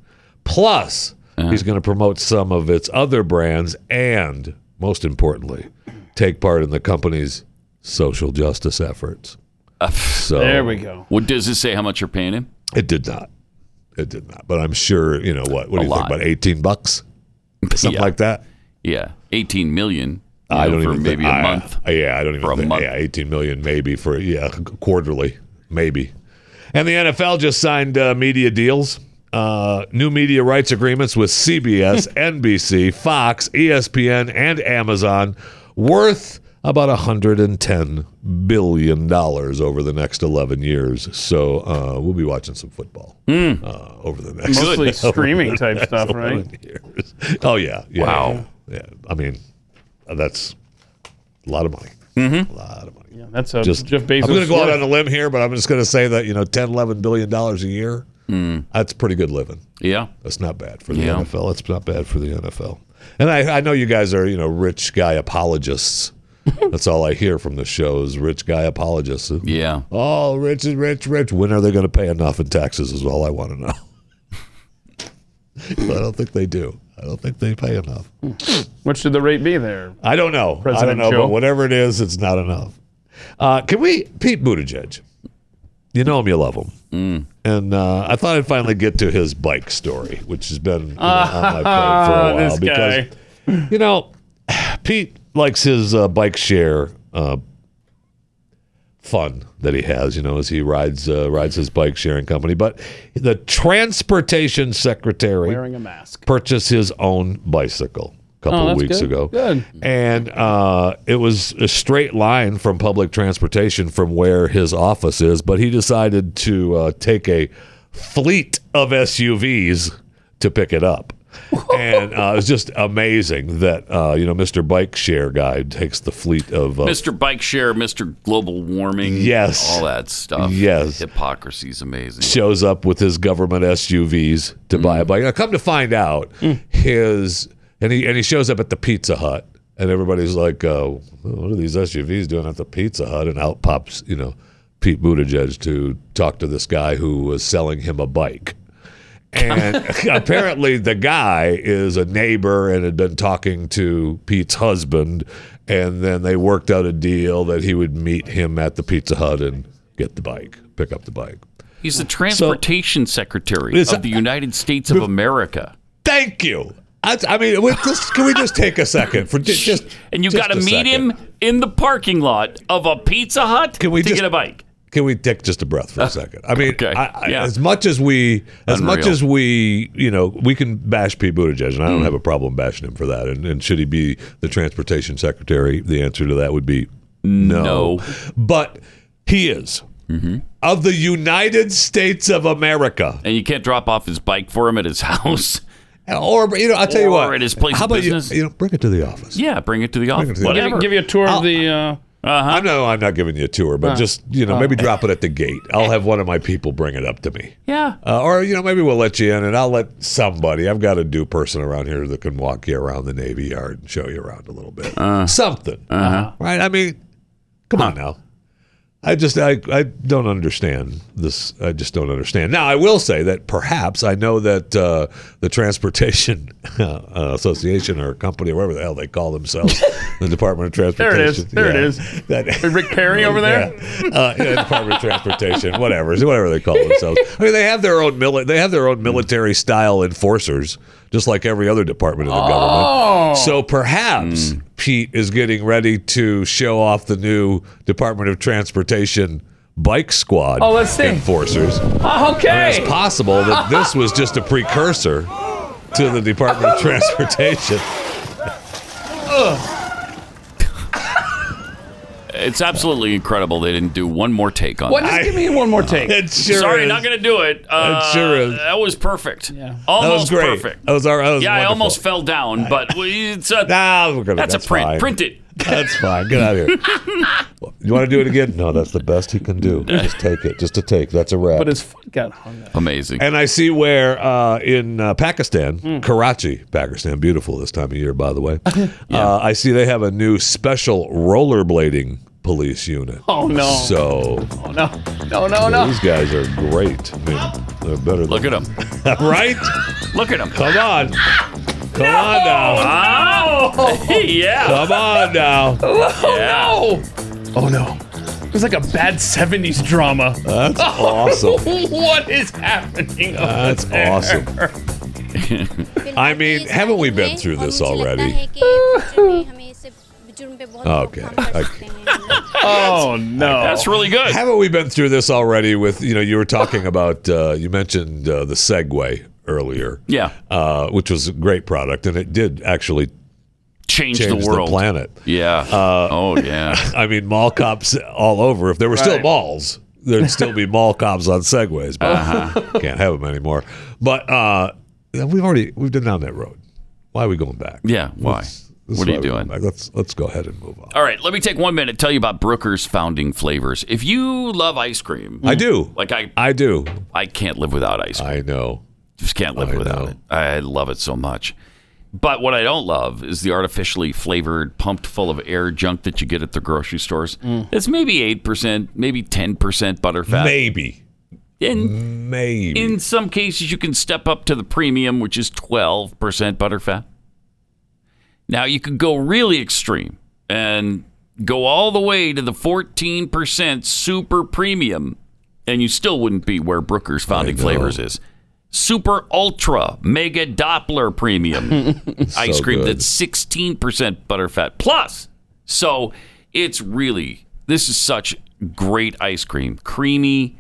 Plus, Uh-huh. he's gonna promote some of its other brands, and most importantly, take part in the company's social justice efforts. Uh, so There we go. What does it say how much you're paying him? It did not. It did not. But I'm sure you know what. What do you think? lot. About eighteen bucks, something yeah. like that. Yeah. 18 million. you I know, don't for even maybe think, a I- month. I- yeah, I don't even For a think, month. Yeah, 18 million maybe for yeah qu- quarterly maybe. And the NFL just signed uh, media deals, uh, new media rights agreements with CBS, NBC, Fox, E ESPN, and Amazon, worth about 110 billion dollars over the next 11 years. So uh, we'll be watching some football Hmm. uh, over the next Mostly streaming type stuff, right? years. Oh yeah, yeah. Wow. Yeah. yeah. I mean, uh, that's a lot of money. Mm-hmm. A lot of money. That's a Just Jeff Bezos. I'm going to go out worth. on a limb here, but I'm just going to say that you know, 10, 11 billion dollars a year. That's pretty good living. Yeah. That's not bad for the Hmm. Yeah. NFL. That's not bad for the NFL. And I, I know you guys are you know rich guy apologists. That's all I hear from the show is rich guy apologists. Yeah. Oh, rich is rich, rich. When are they going to pay enough in taxes? Is all I want to know. But I don't think they do. I don't think they pay enough. What should the rate be there? I don't know. President I don't know, Joe? but whatever it is, it's not enough. Uh, can we, Pete Buttigieg? You know him, you love him. Mm. And uh, I thought I'd finally get to his bike story, which has been you know, on my plate for a Ah, while. this because, guy. you know, Pete likes his uh, bike share uh, fun that he has, you know, as he rides uh, rides his bike sharing company. But the transportation secretary Wearing a mask. purchased his own bicycle a couple Oh, of that's weeks good. ago. Good. And uh, it was a straight line from public transportation from where his office is, but he decided to uh, take a fleet of SUVs to pick it up. and uh, it was just amazing that uh, you know Mr. Bike Share guy takes the fleet of uh, Mr. Bike Share, Mr. Global Warming, Yes. all that stuff. Yes. hypocrisy's amazing. shows up with his government SUVs to buy a bike. Now, come to find out, his and he and he shows up at the Pizza Hut, and everybody's like, oh, "What are these SUVs doing at the Pizza Hut?" And out pops, you know, Pete Buttigieg to talk to this guy who was selling him a bike. And apparently, the guy is a neighbor and had been talking to Pete's husband. And then they worked out a deal that he would meet him at the Pizza Hut and get the bike, pick up the bike. He's the transportation secretary It's- of the United States of America. Thank you. I, I mean, with this, can we just take a second for just, just And you've just got to a meet second. him in the parking lot of a Pizza Hut Can we to just- get a bike. Can we take just a breath for a second? I mean, Uh, okay. I, I, Yeah. as much as we, as much Unreal. Mm. as we, you know, we can bash Pete Buttigieg, and I don't have a problem bashing him for that. And, and should he be the transportation secretary? The answer to that would be no. No. Mm-hmm. But he is of the United States of America. And you can't drop off his bike for him at his house. Or you know, I'll tell you Or what. at his place how of about you? business. You know, bring it to the office. Yeah, bring it to the it to office. the office. Whatever. Give you a tour of the. Uh, I know I'm not giving you a tour, but just you know, maybe drop it at the gate. I'll have one of my people bring it up to me, yeah. uh, or you know, maybe we'll let you in, and I'll let somebody. I've got a due person around here that can walk you around the Navy Yard and show you around a little bit, Uh-huh. something, Uh-huh. right? I mean, come on now. I just I, I don't understand this. I just don't understand. Now I will say that perhaps I know that uh, the Transportation uh, Association or company or whatever the hell they call themselves, the Department of Transportation. it is. There it is. That, Rick Perry over there? yeah. Uh, yeah, Department of Transportation, whatever, whatever they call themselves. I mean, they have their own mili- they have their own military style enforcers, just like every other department of the Oh. government. So perhaps Pete is getting ready to show off the new Department of Transportation bike squad Oh, let's see. enforcers. Oh, It's okay. possible that this was just a precursor to the Department of Transportation. It's absolutely incredible they didn't do one more take on What? that. Just give me one more take. It sure Sorry, is. not going to do it. Uh, sure is. That was perfect. Yeah. That Almost was great. perfect. That was our. That was yeah, I wonderful. almost fell down, but we- it's a, Nah, we're gonna, that's, a print. fine. Print it. That's fine. Get out of here. you want to do it again? No, that's the best he can do. Just take it. Just a take. That's a wrap. But his foot got hung up. Amazing. and I see where uh, in uh, Pakistan, Karachi, Pakistan, beautiful this time of year, by the way. uh, I see they have a new special rollerblading police unit. Oh, no. So Oh, no. No, no, no. these guys are great. I mean, they're better. Look at than, him. right? Look at him. Come on. Come on now. Oh, yeah. Come on now. yeah. Oh. Oh, no. It was like a bad 70s drama. That's awesome. what is happening? over That's there? awesome. I mean, haven't we been through this already? Okay, okay. Oh, no. That's really good. Haven't we been through this already? With you know, you were talking about uh, you mentioned uh, the Segway earlier, Yeah. uh, which was a great product, and it did actually Change, change the the, world. planet. Uh, Yeah. oh, yeah. I mean, mall cops all over. If there were still Right. malls, there'd still be mall cops on Segways, but Uh-huh. can't have them anymore. But uh, we've already we've been down that road. Why are we going back? Yeah. Why? This is What are why you we're doing? going back. Let's let's go ahead and move on. All right, let me take one minute tell you about Brooker's founding flavors. If you love ice cream, I do. like I, I do. I can't live without ice cream. I know. Just can't live I without know. it. I love it so much. But what I don't love is the artificially flavored, pumped full of air junk that you get at the grocery stores. It's maybe eight percent, maybe ten percent butterfat. Maybe. In Maybe. in some cases, you can step up to the premium, which is twelve percent butterfat. Now you could go really extreme and go all the way to the fourteen percent super premium, and you still wouldn't be where Brooker's founding know. flavors is. super ultra mega Doppler premium ice So cream good. that's 16% butterfat plus. So it's really, this is such great ice cream. Creamy,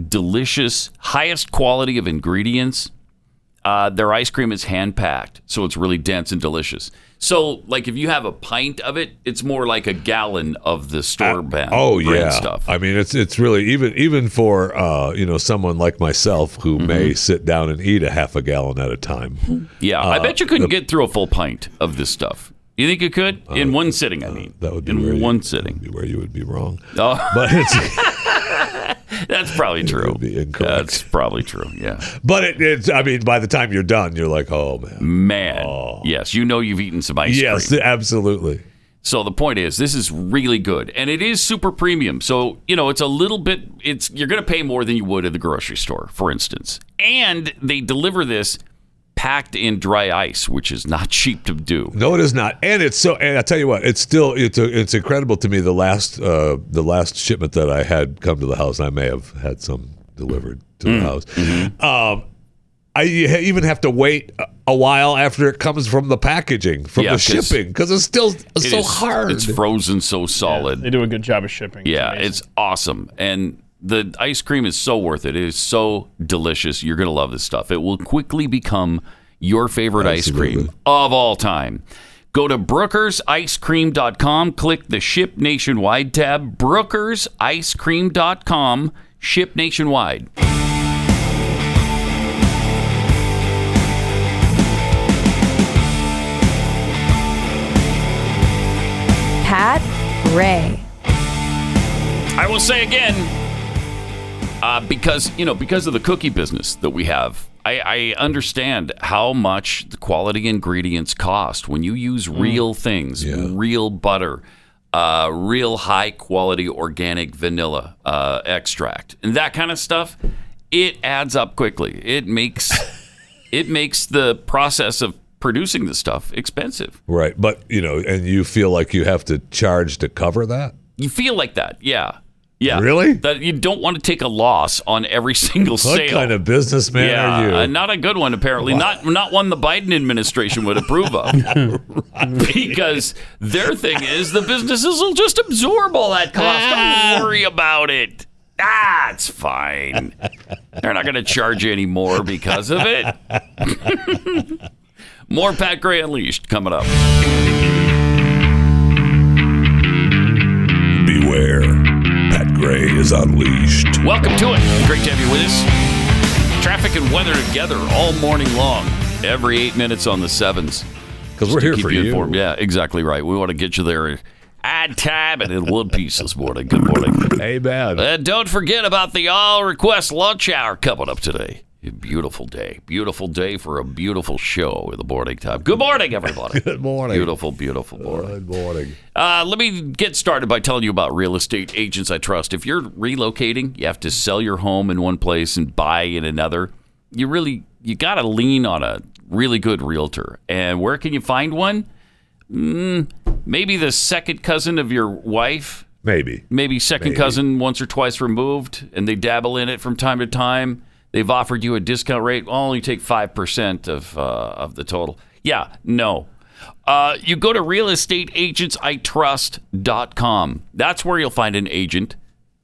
delicious, highest quality of ingredients. Uh, their ice cream is hand packed, so it's really dense and delicious. So, like, if you have a pint of it, it's more like a gallon of the store brand, Oh brand yeah, stuff. I mean it's it's really even even for uh, you know someone like myself who Mm-hmm. may sit down and eat a half a gallon at a time. Yeah, I bet you couldn't get through a full pint of this stuff. You think you could in one sitting? I mean, Uh, That would be in where you- one would sitting. be where you would be wrong. Oh, But it's, that's probably true. would be incorrect. That's probably true. Yeah, but it, it's I mean by the time you're done, you're like, oh man, man. Yes, you know you've eaten some ice yes, cream. absolutely. So the point is, this is really good, and it is super premium. So you know, it's a little bit. It's you're going to pay more than you would at the grocery store, for instance. And they deliver this packed in dry ice, which is not cheap to do. No, it is not. And it's so. And I tell you what, it's still it's a, it's incredible to me. The last uh, the last shipment that I had come to the house, and I may have had some delivered to Mm-hmm. the house. Um, I you ha- even have to wait a- a while after it comes from the packaging from Yeah, the 'cause shipping because it's still it's It so is- hard. It's frozen so solid. They do a good job of shipping. Yeah, amazing. it's awesome. And the ice cream is so worth it. It is so delicious. You're going to love this stuff. It will quickly become your favorite ice cream Absolutely. of all time. Go to brookersicecream.com, click the ship nationwide tab, brookersicecream.com, ship nationwide. Pat Gray. I will say again, uh, because you know, because of the cookie business that we have, I, I understand how much the quality ingredients cost when you use real things, real butter, uh, real high quality organic vanilla uh, extract, and that kind of stuff. It adds up quickly. It makes it makes the process of producing this stuff expensive. right, but you know, and you feel like you have to charge to cover that. You feel like that, yeah. Yeah. Really? That you don't want to take a loss on every single What sale. kind of businessman yeah, are you? uh, not a good one apparently. Not not one the Biden administration would approve of. Because their thing is the businesses will just absorb all that cost. Ah. Don't worry about it. Ah, it's fine. They're not going to charge you anymore because of it. More Pat Gray Unleashed coming up. Beware, Pat Gray is unleashed. Welcome to it. Great to have you with us. Traffic and weather together all morning long, every eight minutes on the sevens. Because we're here keep for you you. informed. Yeah, exactly right. We want to get you there on time and in one piece this morning. Good morning. Hey, man. And don't forget about the all request lunch hour coming up today. A beautiful day. Beautiful day for a beautiful show in the morning time. Good morning, everybody. Good morning. Beautiful, beautiful morning. Good morning. Uh, let me get started by telling you about real estate agents I trust. If you're relocating, you have to sell your home in one place and buy in another. You really you got to lean on a really good realtor. And where can you find one? Mm, maybe the second cousin of your wife, Maybe. maybe second cousin once or twice removed, and they dabble in it from time to time. They've offered you a discount rate. I'll only take five percent of uh, of the total. Yeah, no. Uh, you go to realestateagentsitrust.com. That's where you'll find an agent.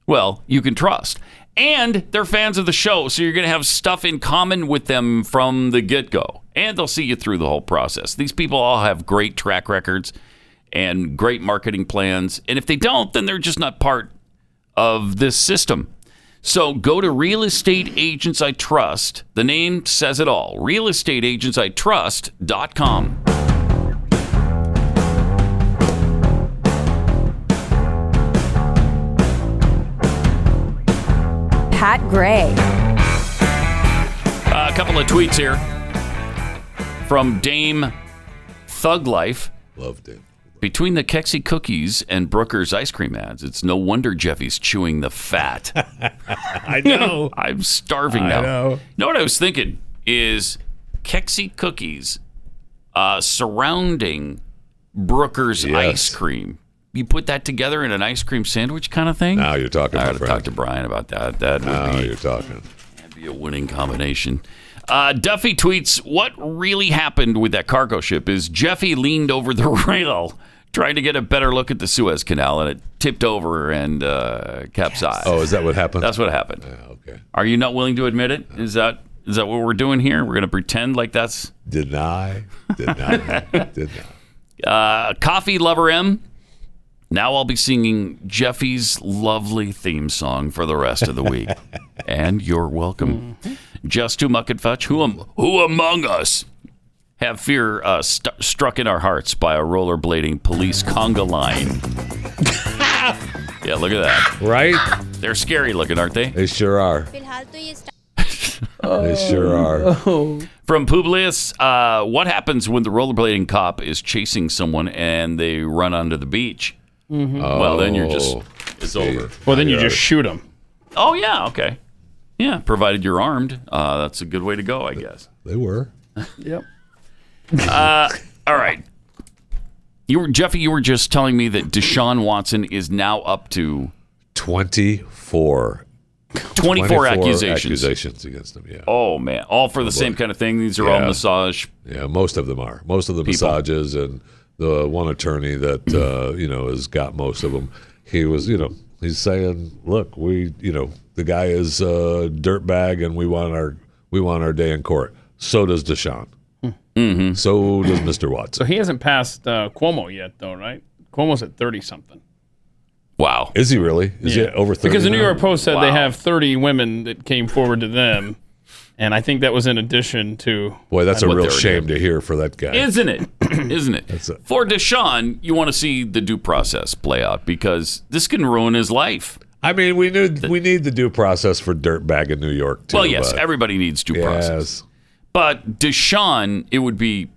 Well, you can trust. And they're fans of the show, so you're going to have stuff in common with them from the get go. And they'll see you through the whole process. These people all have great track records and great marketing plans. And if they don't, then they're just not part of this system. So go to Real Estate Agents I Trust. The name says it all. RealestateAgentsITrust.com. Pat Gray. Uh, a couple of tweets here from Dame Thug Life. Loved it. Between the Kexi cookies and Brooker's ice cream ads, it's no wonder Jeffy's chewing the fat. I know. I'm starving I now. know. You know what I was thinking is Kexi cookies uh, surrounding Brooker's Yes. ice cream. You put that together in an ice cream sandwich kind of thing. now you're talking, I my ought to friend. talk to Brian about that. That would now be, you're talking. that'd be a winning combination. Uh, Duffy tweets, What really happened with that cargo ship is Jeffy leaned over the rail trying to get a better look at the Suez Canal and it tipped over and uh, capsized. Oh, is that what happened? That's what happened. okay. Are you not willing to admit it? Is that is that what we're doing here? We're going to pretend like that's Deny, deny, deny. uh, Coffee Lover M. Now I'll be singing Jeffy's lovely theme song for the rest of the week. and you're welcome. Just to muck and fetch, who, am, who among us have fear uh, st- struck in our hearts by a rollerblading police conga line? yeah, look at that. Right? They're scary looking, aren't they? They sure are. फिलहाल तो ये स्टा- They sure are. From Publius, uh, what happens when the rollerblading cop is chasing someone and they run onto the beach? Well, then you're just, it's over. Well, then you just shoot him. Oh yeah, okay. Yeah, provided you're armed, uh, that's a good way to go, I guess. They were. Yep. All right. You were Jeffy. You were just telling me that Deshaun Watson is now up to 24. 24, 24 accusations. accusations against them, yeah. Oh man, all for the same kind of thing. These are all Yeah. massage. Yeah, most of them are. Most of the massages and the one attorney that uh, you know has got most of them. He was, you know, he's saying, "Look, we, you know, the guy is a dirtbag, and we want our we want our day in court." So does Deshaun. Mm-hmm. So does Mr. So Watson. he hasn't passed uh, Cuomo yet, though, right? Cuomo's at thirty something. Wow. Is he really? Is he over thirty? Because the New now? York Post said Wow. they have thirty women that came forward to them, and I think that was in addition to. Boy, that's a What real they're shame to hear for that guy. Isn't it? Isn't it? it. For Deshaun, you want to see the due process play out because this can ruin his life. I mean, we knew we need the due process for dirtbag in New York too. well, yes, but- everybody needs due process. yes. But Deshaun, it would be.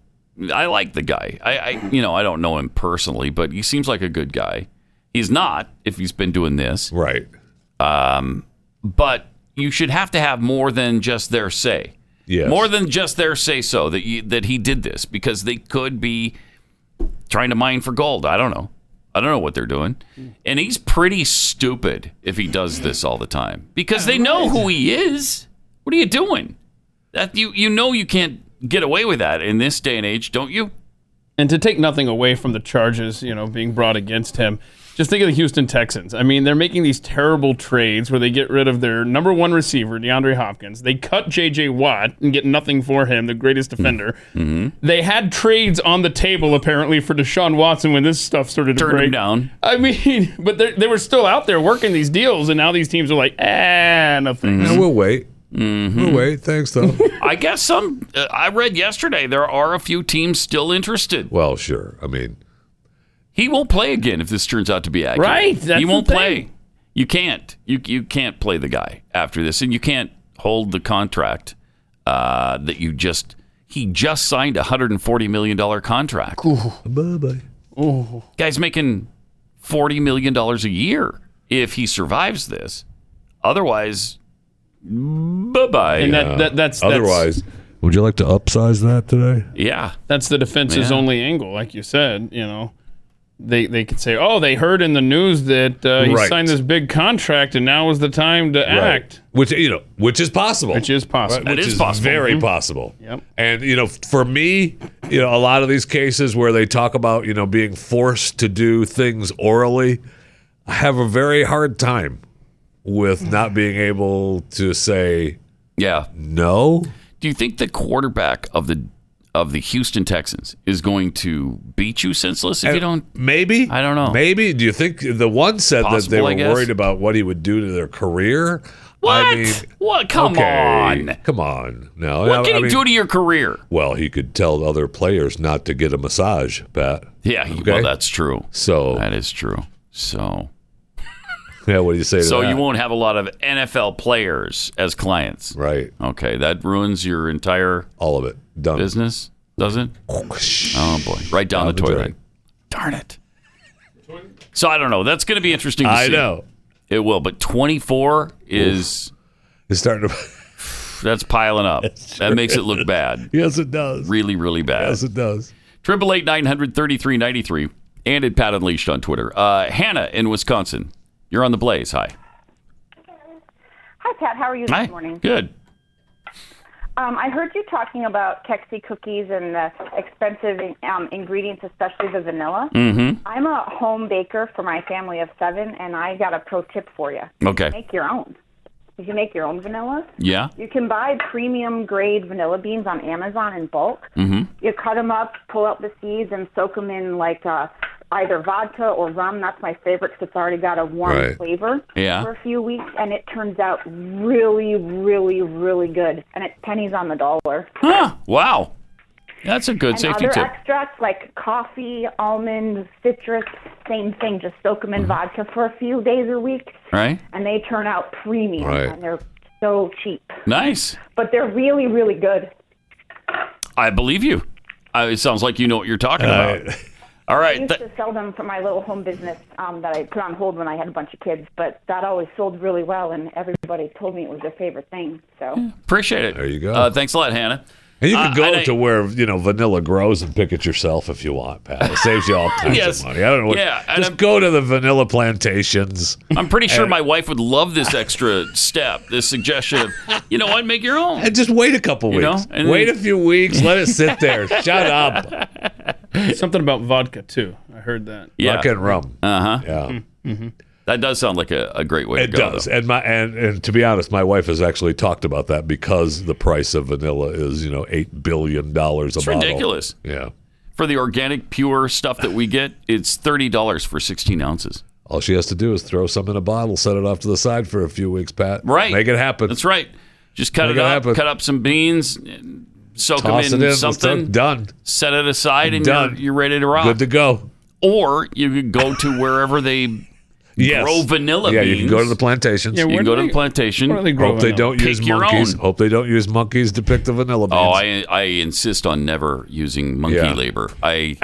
I like the guy. I, I, you know, I don't know him personally, but he seems like a good guy. He's not if he's been doing this, Right. but you should have to have more than just their say, Yes. more than just their say so that you, that he did this because they could be trying to mine for gold. I don't know. I don't know what they're doing, and he's pretty stupid if he does this all the time because they know who he is. What are you doing? That you you know you can't get away with that in this day and age, don't you? And to take nothing away from the charges, you know, being brought against him, just think of the Houston Texans. I mean, they're making these terrible trades where they get rid of their number one receiver, DeAndre Hopkins. They cut J.J. Watt and get nothing for him, the Hmm. greatest defender. Mm-hmm. They had trades on the table apparently for Deshaun Watson when this stuff started to Turned break him down. I mean, but they they were still out there working these deals, and now these teams are like, ah, Mm-hmm. nothing. Yeah, we'll wait. We'll wait. Thanks, though. I guess some. Uh, I read yesterday there are a few teams still interested. well, sure. I mean, He won't play again if this turns out to be accurate. Right, that's he won't the play. thing. You can't. You you can't play the guy after this, and you can't hold the contract uh, that you just. He just signed a hundred and forty million dollar contract. bye bye. Guy's making forty million dollars a year if he survives this. Otherwise, bye bye. And that, that that's that's, Otherwise, would you like to upsize that today? yeah. that's the defense's Yeah. only angle, like you said. You know, they they could say, "Oh, they heard in the news that uh, he Right. signed this big contract, and now is the time to act." Which you know, which is possible. Which is possible. Right, That is possible. Mm-hmm. Very possible. Yep. And you know, f- for me, you know, a lot of these cases where they talk about you know being forced to do things orally, I have a very hard time with not being able to say Yeah. no. Do you think the quarterback of the of the Houston Texans is going to beat you senseless if you don't? Maybe I don't know. Maybe do you think the one said that they Possible, I were guess. worried about what he would do to their career? What? I mean, what? Come okay, on! come on. No, What I- can I he mean- do to your career? Well, he could tell other players not to get a massage, Pat. Yeah, he, Okay. well, that's true. So That is true. So, yeah, what do you say to so that? you won't have a lot of NFL players as clients. right? Okay, that ruins your entire All of it done. business, doesn't it? Oh boy, right down, the, the toilet. drain. Darn it. So I don't know. That's going to be interesting to I see. know. It will, but 24 is It's starting to. that's piling up. that makes it look bad. yes, it does. Really, really bad. Yes, it does. Triple eight nine hundred thirty three ninety three, and at Pat Unleashed on Twitter. Uh, Hannah in Wisconsin, you're on the blaze. Hi. Hi, Pat. How are you this Hi. morning? Good. Um, I heard you talking about Kexi cookies and the expensive um, ingredients, especially the vanilla. Mm-hmm. I'm a home baker for my family of seven, and I got a pro tip for you. Okay. Make your own. You can make your own vanilla. Yeah. You can buy premium grade vanilla beans on Amazon in bulk. Mm-hmm. You cut them up, pull out the seeds, and soak them in like uh, either vodka or rum. That's my favorite 'cause it's already got a warm Right. flavor Yeah. for a few weeks, and it turns out really, really, really good. And it's pennies on the dollar. Huh. Wow. That's a good and safety other tip. extracts like coffee, almond, citrus, same thing. Just soak them in Mm-hmm. vodka for a few days or week, right. and they turn out premium, Right. and they're so cheap. Nice. But they're really, really good. I believe you. Uh, it sounds like you know what you're talking about. All I right. used Th- to sell them for my little home business um, that I put on hold when I had a bunch of kids, but that always sold really well, and everybody told me it was their favorite thing. So appreciate it. There you go. Uh, thanks a lot, Hannah. And you Uh, can go and I- to where you know vanilla grows and pick it yourself if you want, Pat. It saves you all kinds Yes. of money. I don't know. What, Yeah, and just I'm- go to the vanilla plantations. I'm pretty sure my wife would love this extra step, this suggestion of, you know what, make your own. And just wait a couple You know, weeks. and wait a then- few weeks. Let it sit there. Shut up. Something about vodka too. I heard that. Yeah, Vodka and rum. Uh-huh. Yeah, that does sound like a, a great way it to go. does. though. And my and, and to be honest, my wife has actually talked about that because the price of vanilla is you know eight billion dollars a It's bottle. ridiculous. Yeah. For the organic, pure stuff that we get, it's $30 for 16 ounces. All she has to do is throw some in a bottle, set it off to the side for a few weeks, Pat. Right. Make it happen. That's right. Just cut Make it it up, happen. cut up some beans, and soak Toss them it in, in. something, Ah. Done. set it aside, and Done. you're, you're ready to rock. Good to go. or you could go to wherever they Yes. grow vanilla yeah, beans. you can go to the plantations. Yeah, You where can do go to they- the plantation. What are they growing? Hope they up? don't Pick use your monkeys. own. Hope they don't use monkeys to pick the vanilla beans. Oh, I I insist on never using monkey Yeah. labor. I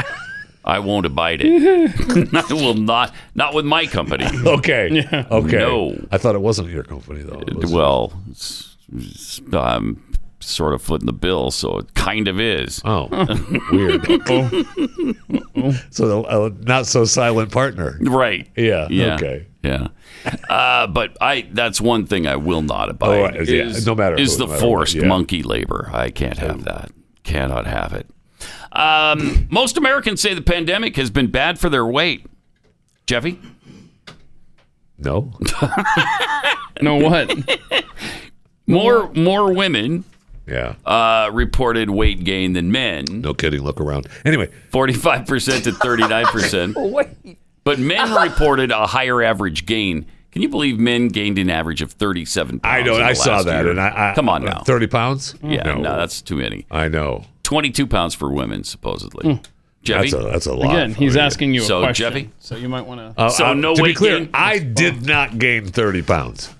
I won't abide it. I will not not with my company. okay. Okay. No. I thought it wasn't your company though. It was- Well, it's, it's- I'm sort of footing the bill, so it kind of is. Oh, weird. so uh, not so silent partner. Right. Yeah, Yeah. okay. Yeah. Uh, but I that's one thing I will not abide. Oh, uh, yeah, is- no matter is who, the no matter forced what, yeah. Oh. monkey labor. I can't have that. Cannot have it. Um, most Americans say the pandemic has been bad for their weight. Jeffy, No. No what? more more women Yeah. uh, reported weight gain than men. no kidding. Look around. Anyway, Forty five percent to thirty nine percent. But men reported a higher average gain. Can you believe men gained an average of thirty seven? I know. I saw that, and I, I come on now. Thirty pounds. Yeah, no. that's too many. I know. 22 pounds for women, supposedly. Hmm. Jeffy? That's a that's a lot. Oh, Again, for he's you. asking you a So, question. Jeffy? So you might want to. Uh, so uh, no to be weight clear, gain? I did not gain thirty pounds.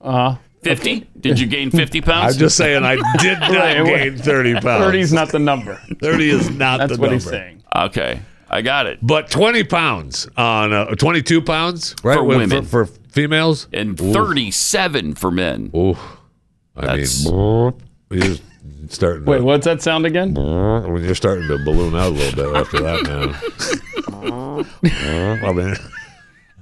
Uh, 50? Did you gain 50 pounds? I'm just saying I did not Right, well, gain thirty pounds. Thirty's not the number. 30 is not That's the what number. he's saying. okay. I got it. But 20 pounds on uh, 22 pounds, right? For with- women. For, for females? And Ooh. 37 for men. Ooh. I That's- mean, you're starting Wait, to, what's that sound again? when you're starting to balloon out a little bit after that, man. I mean,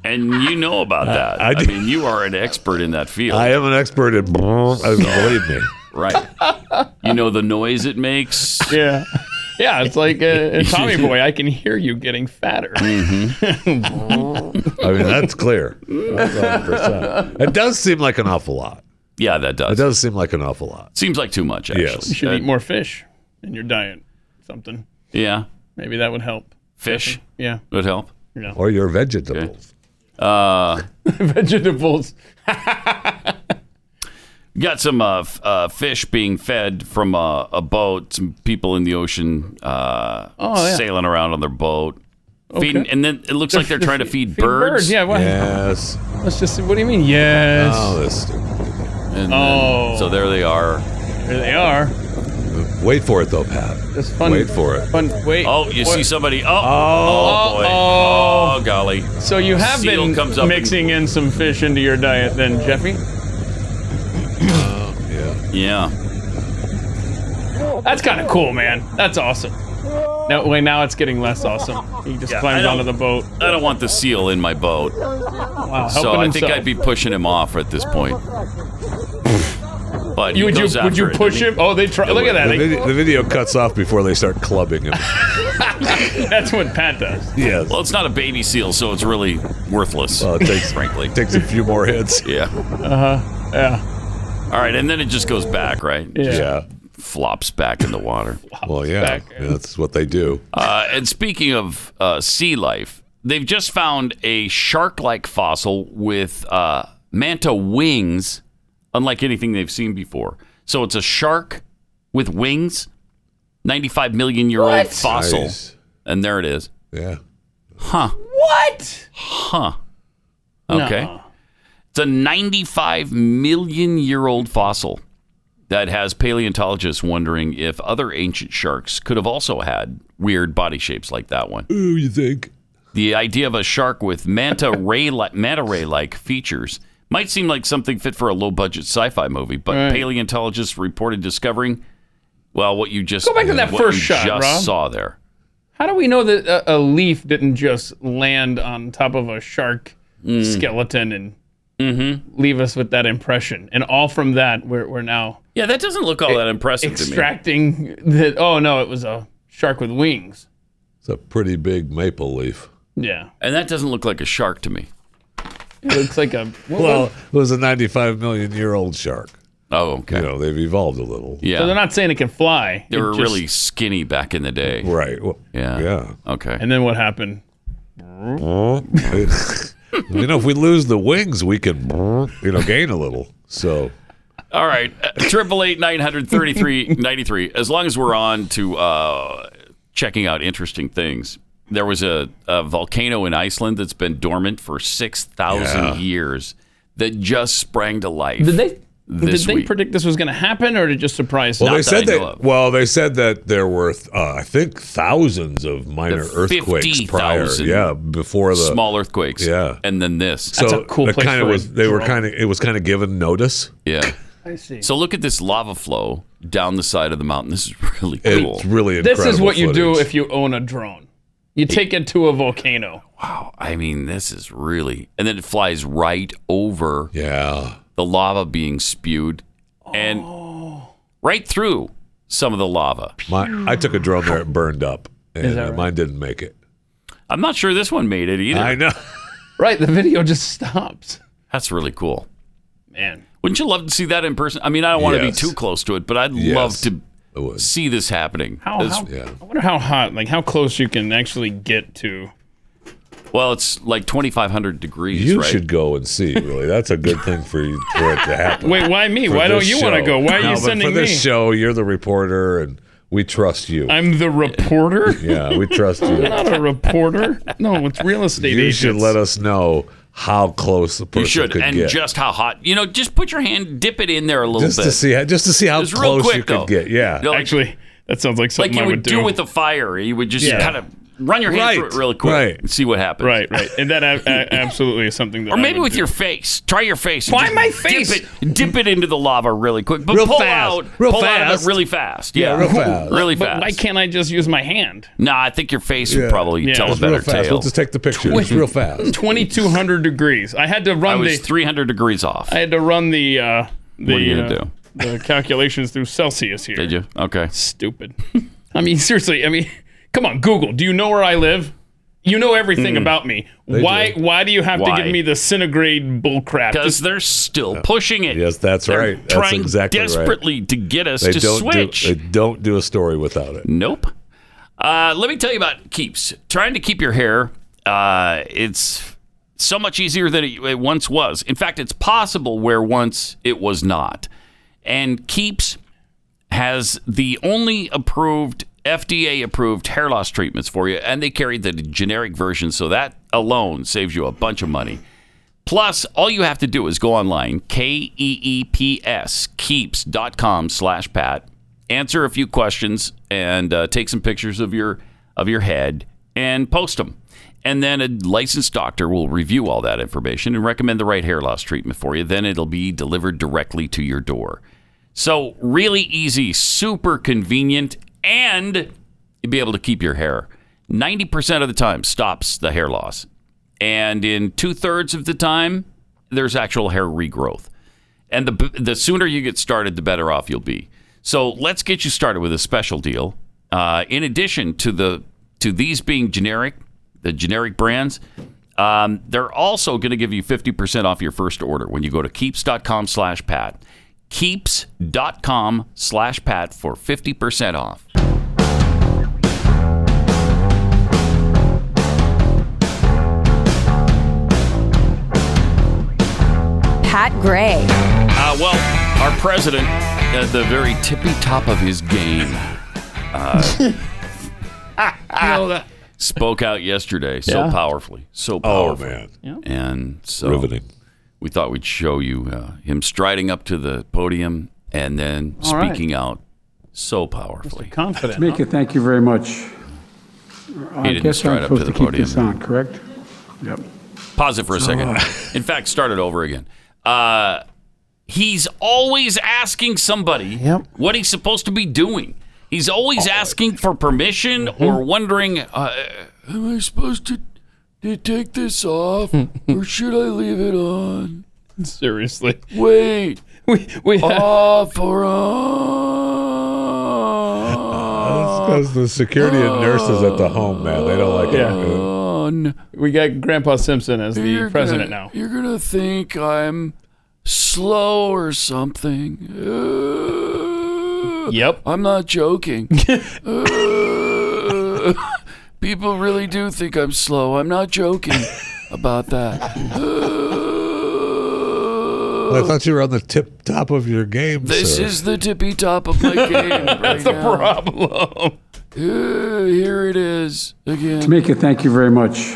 And you know about that. I, I do. mean, you are an expert in that field. I am an expert in, I believe me. right. you know the noise it makes. Yeah. Yeah, it's like a, Tommy Boy. I can hear you getting fatter. I mean, that's clear. 100%. It does seem like an awful lot. Yeah, that It does. does seem like an awful lot. Seems like too much, actually. Yes. You should Uh, eat more fish in your diet. Something. Yeah. Maybe that would help. Fish Yeah. would help. Or your vegetables. Vegetables. Got some uh, f- uh, fish being fed from a, a boat. Some people in the ocean uh, Oh, yeah. sailing around on their boat, feeding, and then it looks like they're trying to feed, Feed birds. Yeah. What? Yes. Let's just. What do you mean? Yes. Oh, that's stupid. And then- Oh. so there they are. There they are. Wait for it, though, Pat. It's fun. Wait for it. Fun. Wait. Oh, you see somebody? Oh, oh, boy! Uh-oh. Oh, golly! So you have Seal been comes up mixing in some fish into your diet, then, Jeffy? Yeah. Yeah, That's kind of cool, man. That's awesome. No, wait. Now it's getting less awesome. He just Yeah, I climbs don't- onto the boat. I don't want the seal in my boat, Wow. so helping I think himself. I'd be pushing him off at this point. but he You, would you goes would you after it, push doesn't him? Oh, they try. Look at that. The, They- vid- the video cuts off before they start clubbing him. That's what Pat does. yes. Well, it's not a baby seal, so it's really worthless. Well, it takes- frankly. Takes a few more hits. yeah. Uh huh. Yeah. All right, and then it just goes back, right? It Yeah. Just Yeah. flops back in the water. Well, yeah. That's what they do. Uh, and speaking of uh, sea life, they've just found a shark-like fossil with uh, manta wings, unlike anything they've seen before. So it's a shark with wings, 95 million year old fossil, Nice. and there it is. Yeah. What? Okay. No. It's a 95 million year old fossil that has paleontologists wondering if other ancient sharks could have also had weird body shapes like that one. Ooh, you think? The idea of a shark with manta ray like manta ray like features might seem like something fit for a low budget sci-fi movie, but paleontologists reported discovering well what you just Go back to that what first you shot, just Rob. saw there. How do we know that a, a leaf didn't just land on top of a shark Mm. skeleton and Mm-hmm. leave us with that impression? And all from that, we're, we're now Yeah, that doesn't look all that impressive extracting that. Oh no, it was a shark with wings. It's a pretty big maple leaf. Yeah, to me. And that doesn't look like a shark to me. it looks like a what Well, was- it was a 95 million year old shark. Oh, okay. You know, they've evolved a little. Yeah. So they're not saying it can fly. They It were just- really skinny back in the day. Right. Well, Yeah. Yeah. Okay. And then what happened? Uh-huh. you know, if we lose the wings, we can, you know, gain a little. So, All right. Uh, Triple eight nine hundred thirty three ninety three. As long as we're on to uh, checking out interesting things, there was a, a volcano in Iceland that's been dormant for six thousand Yeah. years that just sprang to life. Did they This did they week. predict this was going to happen, or did it just surprise? well, them? they that said I know that. of. Well, they said that there were, uh, I think, thousands of minor earthquakes prior. 50,000 Yeah, before the Small earthquakes. Yeah. And then this. So a cool that place kinda for a was. They were drone. kind of. It was kind of given notice. yeah. I see. So look at this lava flow down the side of the mountain. This is really cool. It's really this incredible. is what you do footage. if you own a drone. You take it to a volcano. wow. I mean, this is really. And then it flies right over. Yeah. the lava being spewed and right through some of the lava. My, I took a drone there. It burned up, and uh, mine didn't make it. I'm not sure this one made it either. I know. Right, the video just stops. That's really cool. Man, Wouldn't you love to see that in person? I mean, I don't want to Yes. be too close to it, but I'd Yes. love to It was. see this happening. how, It's- Oh, how yeah. I wonder how hot, like how close you can actually get to. Well, it's like 2,500 degrees, You right? should go and see. Really, that's a good thing for you for it to happen. Wait, why me? for Why don't this you want to show. go? Why are No, you but sending for me? this show? You're the reporter, and we trust you. I'm the reporter. yeah, we trust you. I'm not a reporter. No, it's real estate you should agents. let us know how close the person You should. could And get. just how hot. You know, just put your hand, dip it in there a little Just bit. to see, how, just to see how Just real close quick, you could though. get. Yeah, You know, like, Actually, that sounds like like something you I would, do. do with a fire. You would just Yeah. kind of run your hand through Right, it really quick right. and see what happens. Right, right, and that a- a- absolutely is something that. Or I maybe would with do. your face. Try your face. and Why just my face? Dip it, dip it into the lava really quick, but Real pull fast. out, Real pull out of fast. it really fast. Yeah, real fast. really But fast. why can't I just use my hand? No, I think your face would Yeah. probably Yeah, tell a it's It's real better fast. tale. We'll just take the picture. It's real fast. 2,200 degrees. I had to I run was the. 300 degrees off. I had to run the. Uh, the what are you uh, gonna do? the calculations through Celsius here. Did you? Okay. Stupid. I mean, seriously. I mean, come on, Google. Do you know where I live? You know everything about me. Why? do. Why do you have Hmm. Why? to give me the centigrade bullcrap? Because they're still pushing it. Yes, that's They're right. That's Trying exactly right. desperately to get us They to don't switch. do. They don't do a story without it. Nope. Uh, let me tell you about keeps. Trying to keep your hair, uh, it's so much easier than it, it once was. In fact, it's possible where once it was not. And keeps has the only approved FDA approved hair loss treatments for you, and they carry the generic version, so that alone saves you a bunch of money. Plus, all you have to do is go online, E K-E-E-P-S, keeps.com slash Pat, answer a few questions, and uh, take some pictures of your, of your head and post them. And then a licensed doctor will review all that information and recommend the right hair loss treatment for you. Then it'll be delivered directly to your door. So, really easy, super convenient, and you'll be able to keep your hair. 90% of the time stops the hair loss. And in two thirds of the time, there's actual hair regrowth. And the b- the sooner you get started, the better off you'll be. So let's get you started with a special deal. Uh, in addition to the to these being generic, the generic brands, um, they're also going to give you 50% off your first order when you go to keeps.com slash pat. Keeps.com slash pat for 50% off. Pat Gray. Uh, well, our president at the very tippy top of his game uh, spoke out yesterday so Yeah. powerfully, so Oh powerfully, man, and so riveting. we thought we'd show you uh, him striding up to the podium and then All right. speaking out so powerfully. Confident. Mika, thank you very much. I didn't guess stride I'm up to supposed the to keep podium. this on, correct? Yep. Pause it for a second. Oh. In fact, start it over again. Uh, he's always asking somebody Yep. what he's supposed to be doing. He's always asking for permission Mm-hmm. or wondering, uh, am I supposed to, to take this off or should I leave it on? Seriously. Wait, We, we off or on? Because the security and nurses at the home, man, they don't like Yeah. we got Grandpa Simpson as the president gonna, now. You're gonna think I'm slow or something. Uh, Yep. I'm not joking. Uh, people really do think I'm slow. I'm not joking about that. Uh, I thought you were on the tip top of your game. this sir. is the tippy top of my game. That's the Problem. Uh, here it is again. Mika, thank you very much.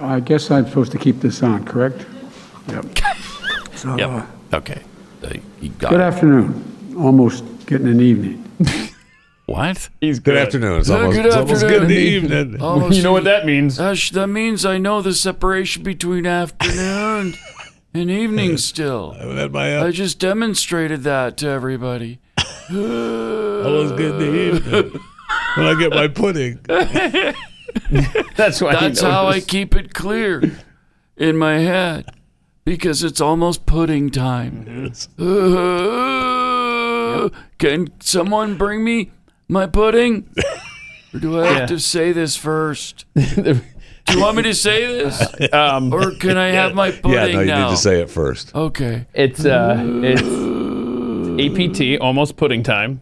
I guess I'm supposed to keep this on, correct? Yep. So, uh, Okay. You got Good afternoon. Almost getting an evening. What? He's Good afternoon. It's Yeah, almost, good it's almost afternoon. Oh. good evening. You know what that means? Gosh, that means I know the separation between afternoon and evening still. I haven't had my I apple. just demonstrated that to everybody. Almost good evening. When I get my pudding. That's why. he That's how I knows. keep it clear in my head because it's almost pudding time. Uh, can someone bring me my pudding? Or do I have Yeah. to say this first? Do you want me to say this? um, Or can I have my pudding Yeah, no, you now? Oh, need to say it first. okay. It's uh, it's APT, almost pudding time,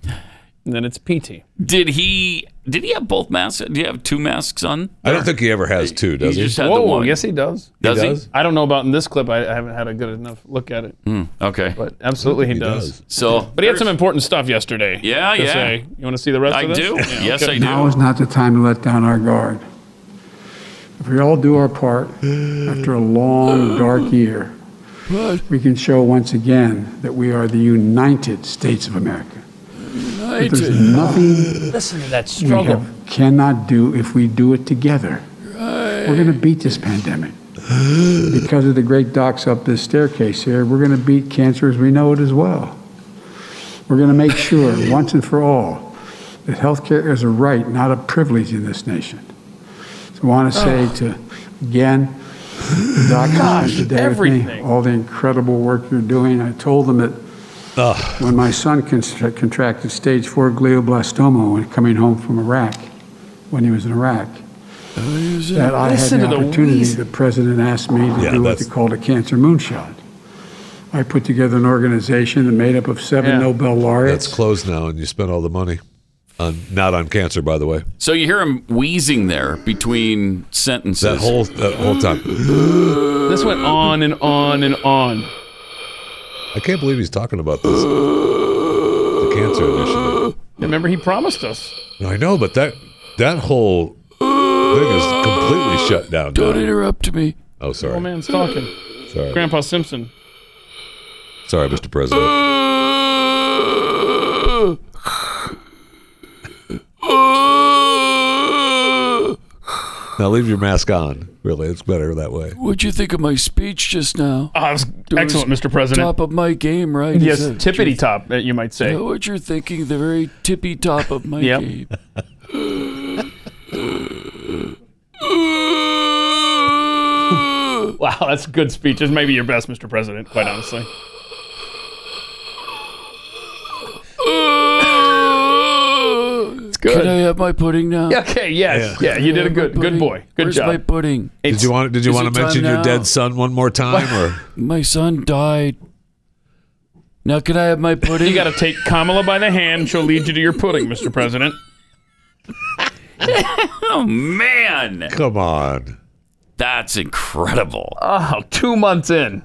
and then it's PT. Did he? Did he have both masks? Did he have two masks on? I don't think he ever has two, does he he? just had the Whoa, one. yes he does. does he? does? I don't know about in this clip. I, I haven't had a good enough look at it, Okay. but absolutely he, does. So, But he had some important stuff yesterday. Yeah, to yeah. say. You want to see the rest I of this? do. Yeah, yes, okay. I Now do. is not the time to let down our guard. If we all do our part, after a long, dark year, we can show once again that we are the United States of America. That There's nothing Listen to that we have, cannot do if we do it together. We're going to beat this pandemic. Because of the great docs up this staircase here, we're going to beat cancer as we know it as well. We're going to make sure, once and for all, that healthcare is a right, not a privilege in this nation. So I want to say to, again, the doctors who stood there with me, everything. all the incredible work you're doing. I told them that when my son constra- contracted stage four glioblastoma when coming home from Iraq, when he was in Iraq, that I had Listen the to the opportunity. wheeze. The president asked me to Yeah, do what they that's- called a cancer moonshot. I put together an organization that made up of seven Yeah. Nobel laureates. That's closed now, and you spent all the money. On, not on cancer, by the way. So you hear him wheezing there between sentences. That whole that whole time. This went on and on and on. I can't believe he's talking about this. The cancer initiative. Remember, he promised us. No, I know, but that that whole thing is completely shut down. Don't Now. interrupt me. Oh, Oh sorry. man's talking. Sorry. Grandpa Simpson. Sorry, Mr. President. Now leave your mask on. Really, it's better that way. What'd you think of my speech just now? Oh, that was excellent, was Mr. President. Top of my game, right? yes, Is that tippity top, uh, you might say. what you- What you're thinking, the very tippy top of my Yep. game. Wow, that's good speech. This may be your best, Mr. President, quite honestly. Can I have my pudding now? Okay. Yes. Yeah. you did a good good boy. Good Where's job. my pudding? Did you want? Did you Is want it to time mention your now? dead son one more time, or My son died. Now can I have my pudding? You got to take Kamala by the hand. She'll lead you to your pudding, Mr. President. oh man, come on? that's incredible. Oh, two months in.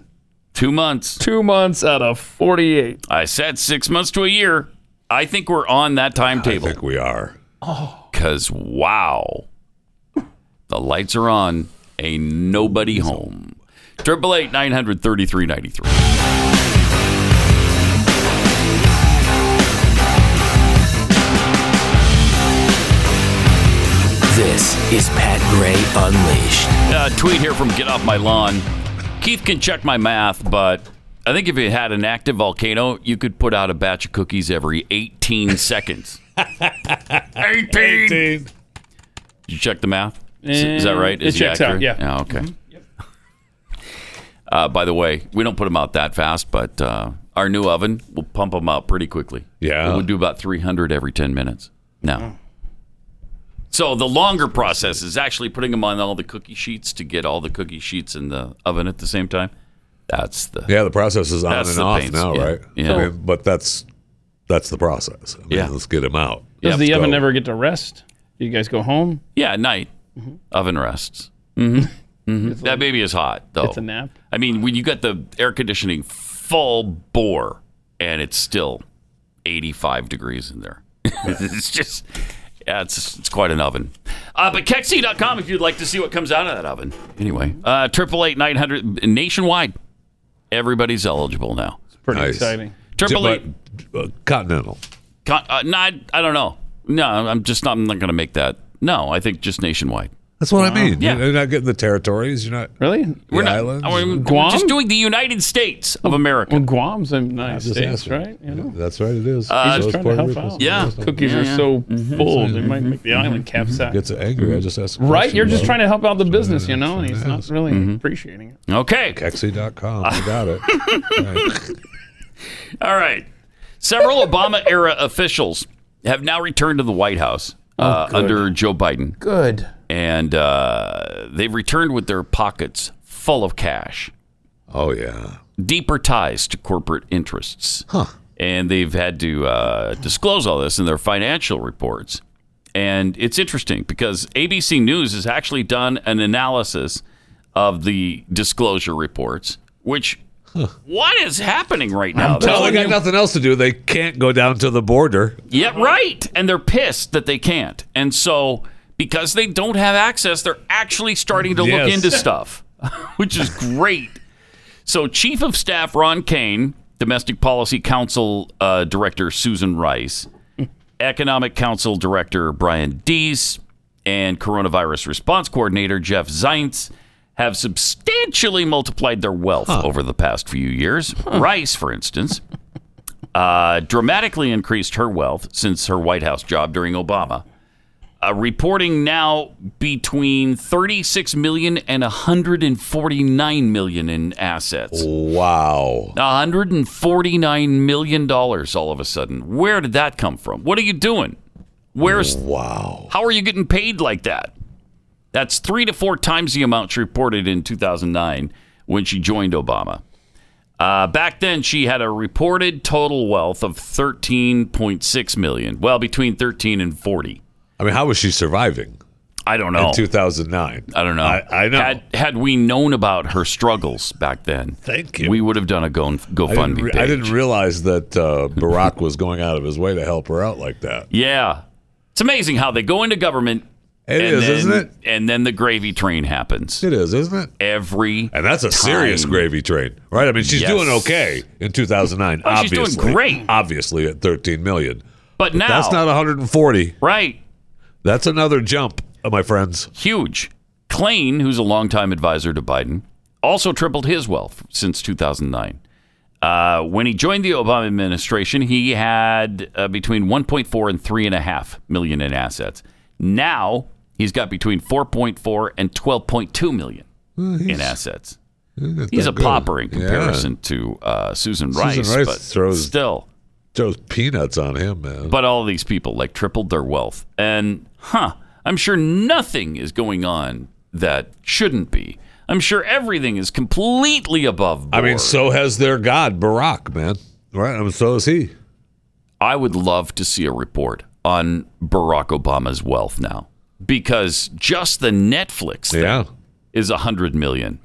Two months. Two months out of 48. I said six months to a year. I think we're on that I timetable. think we are. Cause wow, the lights are on. Ain't nobody home. Triple eight nine hundred thirty three ninety three. This is Pat Gray Unleashed. uh, tweet here from Get Off My Lawn. Keith can check my math, but I think if you had an active volcano, you could put out a batch of cookies every 18 seconds. 18! Did you check the math? Is, is that right? Eh, Is it he checks out, accurate? yeah. Mm-hmm. okay. Uh, by the way, we don't put them out that fast, but uh, our new oven will pump them out pretty quickly. Yeah. We'll do about 300 every 10 minutes now. Oh. So the longer process is actually putting them on all the cookie sheets to get all the cookie sheets in the oven at the same time. That's the Yeah, the process is on That's and the off pains, now, yeah. right? Yeah. I mean, but that's that's the process. I mean, Yeah. Let's get him out. Does Yeah, the let's oven go. never get to rest? Do you guys go home? yeah at night Mm-hmm. oven rests. hmm hmm That baby is hot though. It's a nap. I mean, when you got the air conditioning full bore and it's still 85 degrees in there, it's just, yeah, it's, it's quite an oven. Uh, but Kexi.com if you'd like to see what comes out of that oven. Anyway, uh, 888 nationwide. Everybody's eligible now. It's pretty Nice. exciting. Triple eight, E. But, uh, Continental. con- uh, no, I, I don't know. No, I'm just not, I'm not going to make that. No, I think just nationwide. That's what I mean. Yeah. You're not getting the territories. You're not. Really? We're The not. islands? we're- Guam? We're just doing the United States of America. Well, Guam's a nice Just state, asking. right? You know? Uh, That's right. It is. just trying Those to Puerto help Ricans, out. Yeah. those don't- Cookies are so full, they might make the island capsize. Gets angry. I just ask. a Right? Mm-hmm. question Mm-hmm. You're just about trying to help out the business, you know, and that's he's what it not is. really appreciating it. Okay. Kexi.com. I got it. Right. All right. Several Obama era officials have now returned to the White House uh, under Joe Biden, Good. and uh, they've returned with their pockets full of cash, Oh yeah. deeper ties to corporate interests. And they've had to uh, disclose all this in their financial reports. And it's interesting because ABC News has actually done an analysis of the disclosure reports, which. What is happening right now? That's Well, they got nothing else to do. They can't go down to the border. Yeah, right. And they're pissed that they can't. And so, because they don't have access, they're actually starting to look Yes. into stuff, which is great. So, Chief of Staff Ron Kane, Domestic Policy Council uh, Director Susan Rice, Economic Council Director Brian Deese, and Coronavirus Response Coordinator Jeff Zients have substantially multiplied their wealth over the past few years. Rice, for instance, uh, dramatically increased her wealth since her White House job during Obama. Uh, reporting now between 36 million and 149 million in assets. Oh. Wow. 149 million dollars all of a sudden. Where did that come from? What are you doing? Where's Wow. how are you getting paid like that? That's three to four times the amount she reported in 2009 when she joined Obama. Uh, back then, she had a reported total wealth of 13.6 million. Well, between 13 and 40. I mean, how was she surviving I don't Oh. know. in 2009? I don't know. I, I know. Had, had we known about her struggles back then, Thank you. We would have done a go I didn't, GoFundMe re- page. I didn't realize that uh, Barack was going out of his way to help her out like that. yeah, it's amazing how they go into government. It and is, then, isn't it? And then the gravy train happens It is, isn't it? every. And that's a serious time. gravy train, right? I mean, she's Yes. doing okay in 2009. Oh, she's obviously, doing great. Obviously, at 13 million. But now That's not 140. Right. That's another jump, uh, my friends. Huge. Klain, who's a longtime advisor to Biden, also tripled his wealth since 2009. Uh, when he joined the Obama administration, he had uh, between 1.4 and 3.5 million in assets. Now he's got between 4.4 and 12.2 million in assets. He's a good. pauper in Yeah. comparison to uh, Susan Rice, Rice but throws- still Joe's peanuts on him, man. But all these people like tripled their wealth. And, huh, I'm sure nothing is going on that shouldn't be. I'm sure everything is completely above I mean, so has their god Barack, man. Right? I mean, so is he. I would love to see a report on Barack Obama's wealth now because just the Netflix thing Yeah. is a hundred million.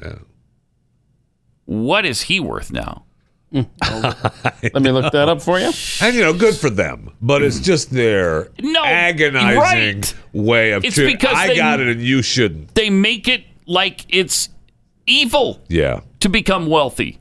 What is he worth now? Let me look that up for you. And you know, good for them, but it's just their Mm. No, agonizing right. way of. It's treat- because I they- got it, and you shouldn't. They make it like it's evil Yeah, to become wealthy,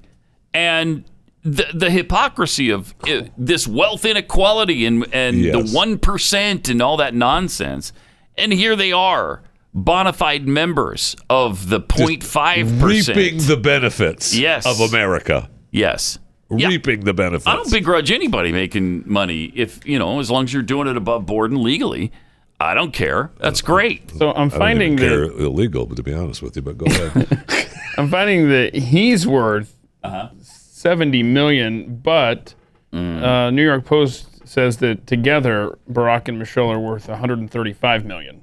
and the the hypocrisy of uh, this wealth inequality and and Yes. the one percent and all that nonsense. And here they are, bona fide members of the 05 reaping percent. the benefits. Yes. of America, Yes. Yeah. reaping the benefits. I don't begrudge anybody making money if you know, as long as you're doing it above board and legally. I don't care. That's great. So I'm I don't finding even care that illegal, but to be honest with you, but go ahead. I'm finding that he's worth Uh-huh. 70 million, but Mm. uh, New York Post says that together Barack and Michelle are worth 135 million.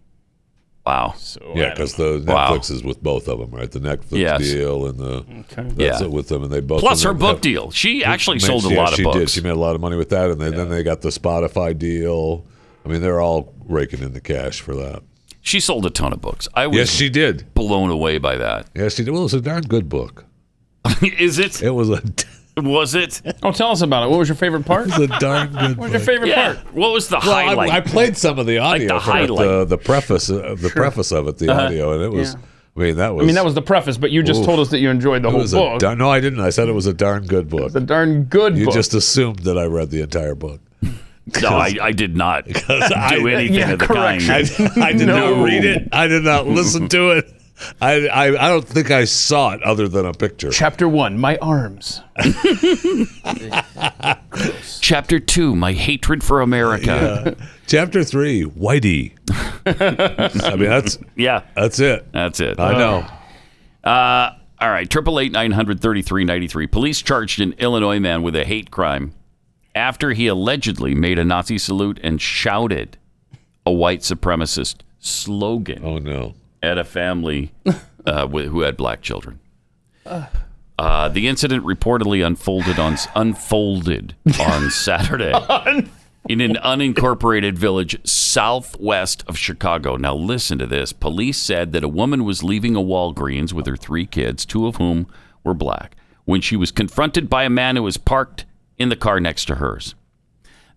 Wow. So yeah, I don't- because the Wow. Netflix is with both of them, right? The Netflix Yes. deal and the that's Yeah. it with them, and they both Plus and her they- book deal. She actually Man, sold a she- lot of she Did. books. She made a lot of money with that, and then, then they got the Spotify deal. I mean, they're all raking in the cash for that. She sold a ton of books. I was Yes, she did. blown away by that. Yes, she did. Well, it's a darn good book. Is it? It was a, Was it? oh, tell us about it. What was your favorite part? it what was a darn good was your book. favorite Yeah. part? What was the Well, I, highlight? I played some of the audio the from it, the, highlight. the preface, uh, the preface of it, the Uh-huh. audio, and it was. I mean, that was. I mean, that was the preface, but you just Oof. told us that you enjoyed the It whole was a book. darn, no, I didn't. I said it was a darn good book. it's a darn good You book. just assumed that I read the entire book. no, I, I did not do I- anything yeah, of the correction. I, kind. did- I did not read it. I did not listen to it. I, I I don't think I saw it other than a picture. Chapter one, my arms. Chapter two: My hatred for America. Chapter three, Whitey. I mean, that's Yeah, that's it. that's it. I know. Uh, all right, triple eight nine hundred thirty three ninety three. Police charged an Illinois man with a hate crime after he allegedly made a Nazi salute and shouted a white supremacist slogan Oh no. at a family uh, wi- who had black children. Uh, the incident reportedly unfolded on unfolded on Saturday in an unincorporated village southwest of Chicago. Now listen to this. Police said that a woman was leaving a Walgreens with her three kids, two of whom were black, when she was confronted by a man who was parked in the car next to hers.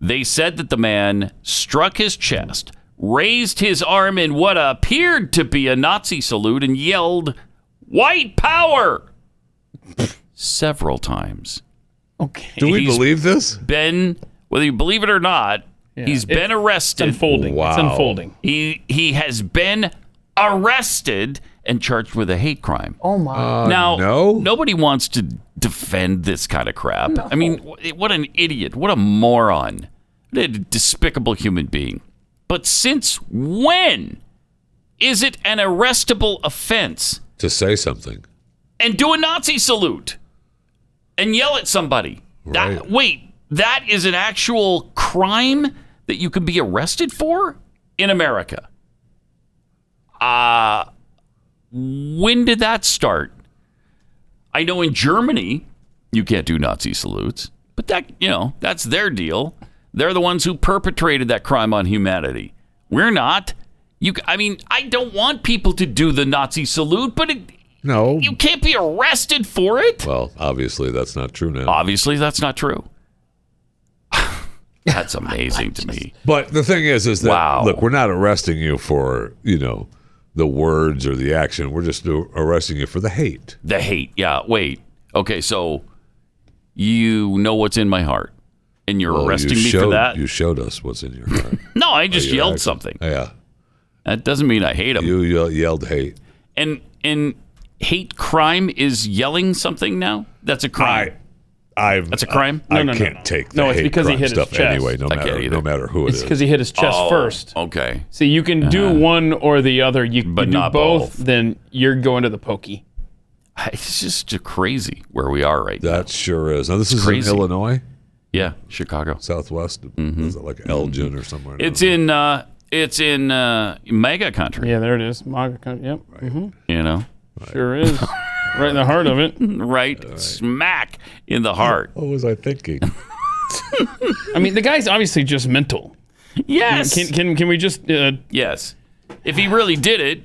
They said that the man struck his chest, raised his arm in what appeared to be a Nazi salute, and yelled, White power! several times. Okay. Do we He's- believe this? Ben, whether you believe it or not, he's been It's arrested. unfolding. It's Wow. unfolding. He he has been arrested and charged with a hate crime. Oh my! now, no. nobody wants to defend this kind of crap. I mean, wh- what an idiot! What a moron! What a despicable human being! But since when is it an arrestable offense To say something. and do a Nazi salute and yell at somebody? That- Right. wait, that is an actual crime that you can be arrested for in America. Uh, when did that start? I know in Germany you can't do Nazi salutes, but that you know that's their deal. They're the ones who perpetrated that crime on humanity. We're not. You, c- I mean, I don't want people to do the Nazi salute, but it, No. you can't be arrested for it. Well, obviously that's not true now. Obviously, that's not true. that's amazing to me. But the thing is, is that Wow. look, we're not arresting you for you know the words or the action. We're just arresting you for the hate. The hate. Yeah, wait. Okay, so you know what's in my heart, and you're Well, arresting you me for showed- that? You showed us what's in your heart. no, I just Your yelled action. something. Yeah, That doesn't mean I hate him. you yell- yelled hate. and and hate crime is yelling something now? That's a crime. I've That's a crime? I No, no, no, can't no. take the No, it's hate because he crime hit his stuff chest. anyway. No I can't matter, either. no matter who it Uh-huh. It's is. because he hit his chest Oh, first. Okay. See, you can do one or the other. You can But do not both, both. then you're going to the pokey. It's just crazy where we are right now. That sure is. Now this is crazy. in Illinois. Yeah, Chicago, Southwest. Is it like Elgin or somewhere? I don't It's in uh, it's in uh, mega country. Yeah, there it is. Maga County. Yep. Mhm. You know, Sure is. right in the heart of it. right, smack in the heart. What was I thinking? I mean, the guy's obviously just mental. Yes. Can can, can we just uh, Yes, if he really did it,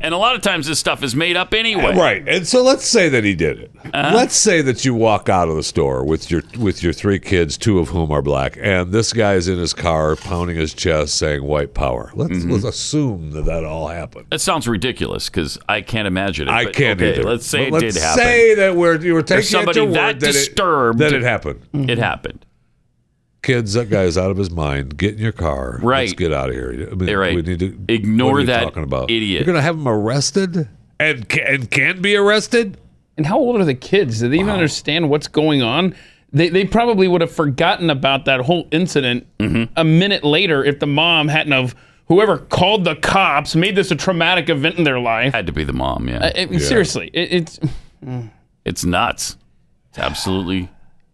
and a lot of times this stuff is made up anyway. Right. And so let's say that he did it. Uh-huh. Let's say that you walk out of the store with your with your three kids, two of whom are black, and this guy is in his car pounding his chest saying white power. Let's Mm-hmm. let's assume that that all happened. That sounds ridiculous because I can't imagine it. I but can't okay, either. Let's say But it let's did happen. Say that we're you were There's taking it somebody to word that it- disturbed that it happened. It happened. Kids, that guy's out of his mind. Get in your car. Let's Right. get out of here. I mean, You're right. We need to Ignore what are you that talking about? idiot. You're gonna have him arrested and can, and can be arrested. And how old are the kids? Do they even understand what's going on? They, they probably would have forgotten about that whole incident Mm-hmm. a minute later if the mom hadn't of whoever called the cops made this a traumatic event in their life. Had to be the mom. Yeah, I- I mean, Seriously, it, it's it's nuts. It's absolutely,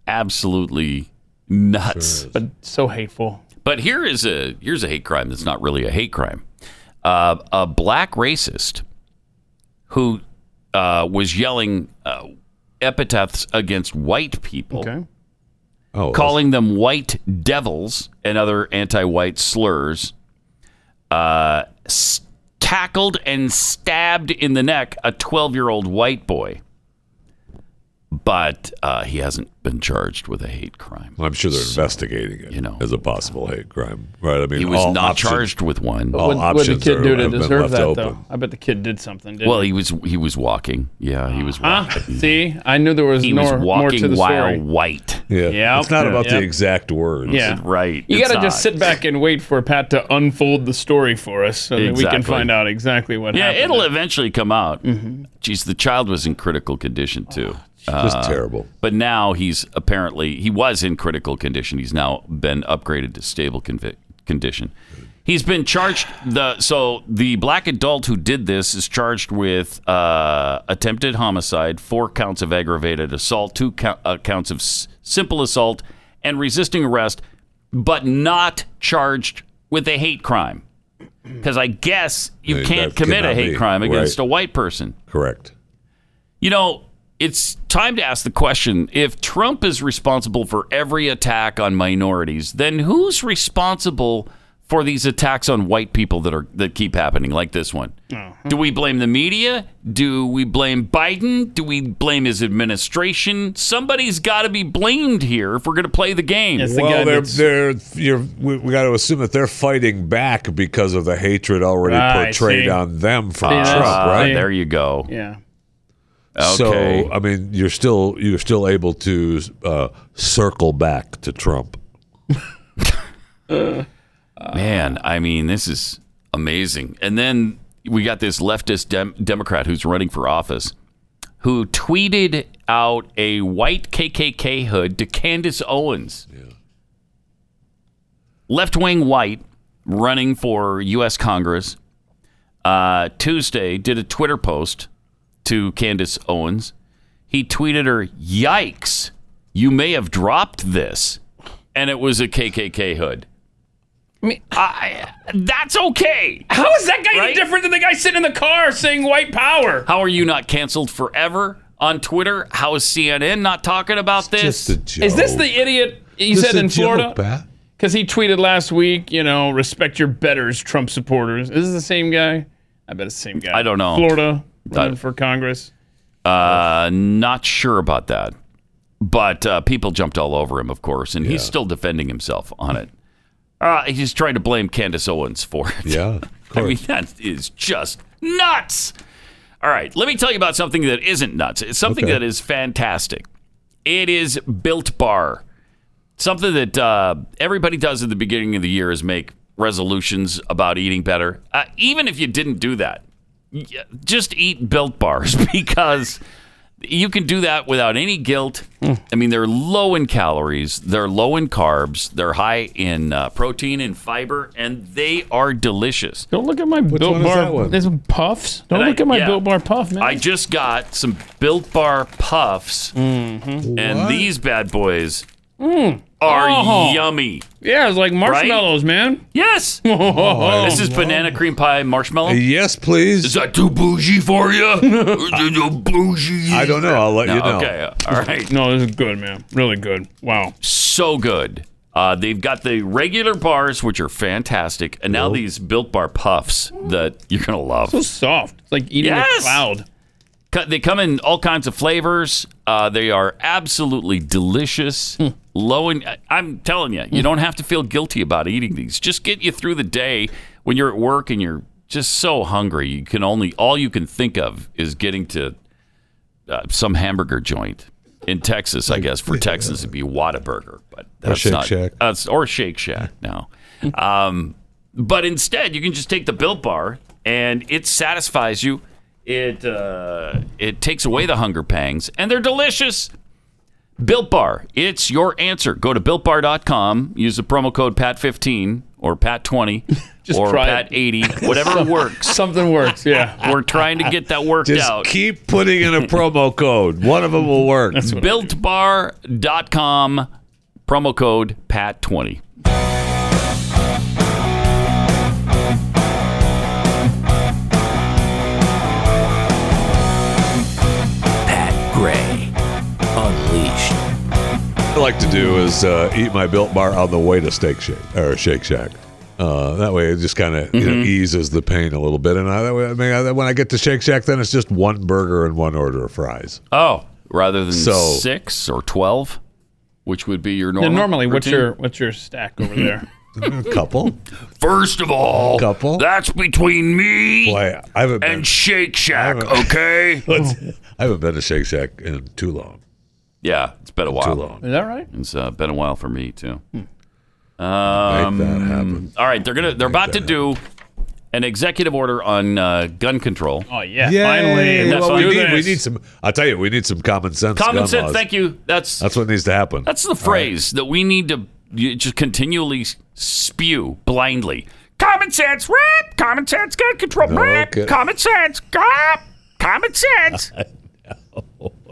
absolutely nuts. but so hateful. But here is a here's a hate crime that's not really a hate crime. Uh, a black racist who uh, was yelling uh, epithets against white people, Okay. Oh, calling them white devils and other anti-white slurs, uh, s- tackled and stabbed in the neck a 12-year-old white boy. But uh, he hasn't been charged with a hate crime. I'm sure they're investigating it you know. as a possible hate crime, right? I mean, He was all not options- charged with one. All What what did the options kid are- do to have been deserve left that, open. though? I bet the kid did something. Didn't Well, he? he was he was walking. Yeah, he was walking. Huh? See, I knew there was, He more, was more to walking the while story. white. Yeah, Yep. it's not about the Yep. exact words. Yeah. Right. You it's got to just not. sit back and wait for Pat to unfold the story for us so that we can Exactly. find out exactly what Yeah, happened. it'll eventually come out. Mm-hmm. Jeez, the child was in critical condition too. just Uh, terrible. But now he's apparently he was in critical condition. He's now been upgraded to stable convi- condition. He's been charged the so the black adult who did this is charged with uh, attempted homicide, four counts of aggravated assault, two count, uh, counts of s- simple assault, and resisting arrest, but not charged with a hate crime. Because I guess you Yeah, can't that commit a cannot hate be, crime against right. a white person. Correct. You know, it's time to ask the question if Trump is responsible for every attack on minorities, then who's responsible for these attacks on white people that are that keep happening like this one? Do we blame the media? Do we blame Biden? Do we blame his administration? Somebody's got to be blamed here if we're going to play the game. It's the guy Well, they're, that's- they're you're, we, we got to assume that they're fighting back because of the hatred already Right, portrayed see. on them from See, Trump, that's- Ah, right? There you go. Yeah. Okay. So I mean, you're still you're still able to uh, circle back to Trump. Man, I mean, this is amazing. And then we got this leftist dem- Democrat who's running for office who tweeted out a white KKK hood to Candace Owens. Left wing white running for U.S. Congress uh, Tuesday did a Twitter post to Candace Owens. He tweeted her, Yikes, you may have dropped this. And it was a KKK hood. I, that's okay. How is that guy any Right? different than the guy sitting in the car saying white power? How are you not canceled forever on Twitter? How is CNN not talking about this? Just a joke. Is this the Oh. idiot he Just said a in joke, Florida? Pat. Because he tweeted last week, you know, respect your betters, Trump supporters. Is this the same guy? I bet it's the same guy. I don't know. Florida running That- for Congress. uh, not sure about that. But uh, people jumped all over him, of course, and he's still defending himself on it. Uh, he's trying to blame Candace Owens for it. Yeah. of I mean, course. that is just nuts. All right, let me tell you about something that isn't nuts. It's something Okay. that is fantastic. It is Built Bar. Something that uh, everybody does at the beginning of the year is make resolutions about eating better. Uh, even if you didn't do that, y- just eat Built Bars because you can do that without any guilt. I mean, they're low in calories, they're low in carbs, they're high in uh, protein and fiber, and they are delicious. Don't look at my Built one is Bar. that one? There's some puffs. Don't And look I- at my yeah. Built Bar puff, man. I just got Mm-hmm. Mm. some Built Bar Puffs, and these bad boys are Oh. yummy. Yeah, it's like marshmallows, man. Yes. Oh, this is banana cream pie marshmallow. Yes, please. Is that too bougie for you? bougie. I don't know. I'll let you know. Okay. uh, All right. No, this is good, man. Really good. Wow. So good. Uh, they've got the regular bars, which are fantastic, and now these built bar puffs that you're gonna love. So soft. It's like eating Yes. a cloud. Co- They come in all kinds of flavors. Uh, they are absolutely delicious. Hmm. Low in, I- I'm telling you, you don't have to feel guilty about eating these. Just get you through the day when you're at work and you're just so hungry. You can only all you can think of is getting to uh, some hamburger joint in Texas. I guess for Texans it'd be Whataburger, but that's uh, Shake not Shack. that's- or Shake Shack. No, um, but instead you can just take the Built Bar and it satisfies you. It uh, it takes away the hunger pangs and they're delicious. Built Bar, it's your answer. Go to builtbar.com, use the promo code PAT15 or PAT20 Just or try it. PAT80, whatever works. Something works. Yeah. We're trying to get that worked Just out. keep putting in a promo code. One of them will work. builtbar.com promo code pat20 Pat Gray Unleashed. I like to do is uh, eat my built bar on the way to Steak Shake or Shake Shack. Uh, that way, it just kind of you know, Mm-hmm. eases the pain a little bit, and I, that way, I mean, I, when I get to Shake Shack, then it's just one burger and one order of fries. oh rather than So- 6 or 12 which would be your Now, normal normally, what's routine? your what's your stack over there? couple, first of all couple. that's between me Boy, I haven't been, and Shake Shack haven't- okay I haven't been to Shake Shack in too long. yeah it's been a Too while long. Is that right? it's uh, been a while for me too Um, Make that happen. all right they're gonna they're about to do an executive order on uh, gun control Oh yeah. Yay! Finally. Well, Let's we, do need, we this. need some. I'll tell you, we need some common sense. common gun sense laws. thank you that's That's what needs to happen. That's the phrase that we need to you just continually s- spew blindly. Common sense, rap. Common sense, gun control, No, rap. okay. Common sense, rap. Common sense.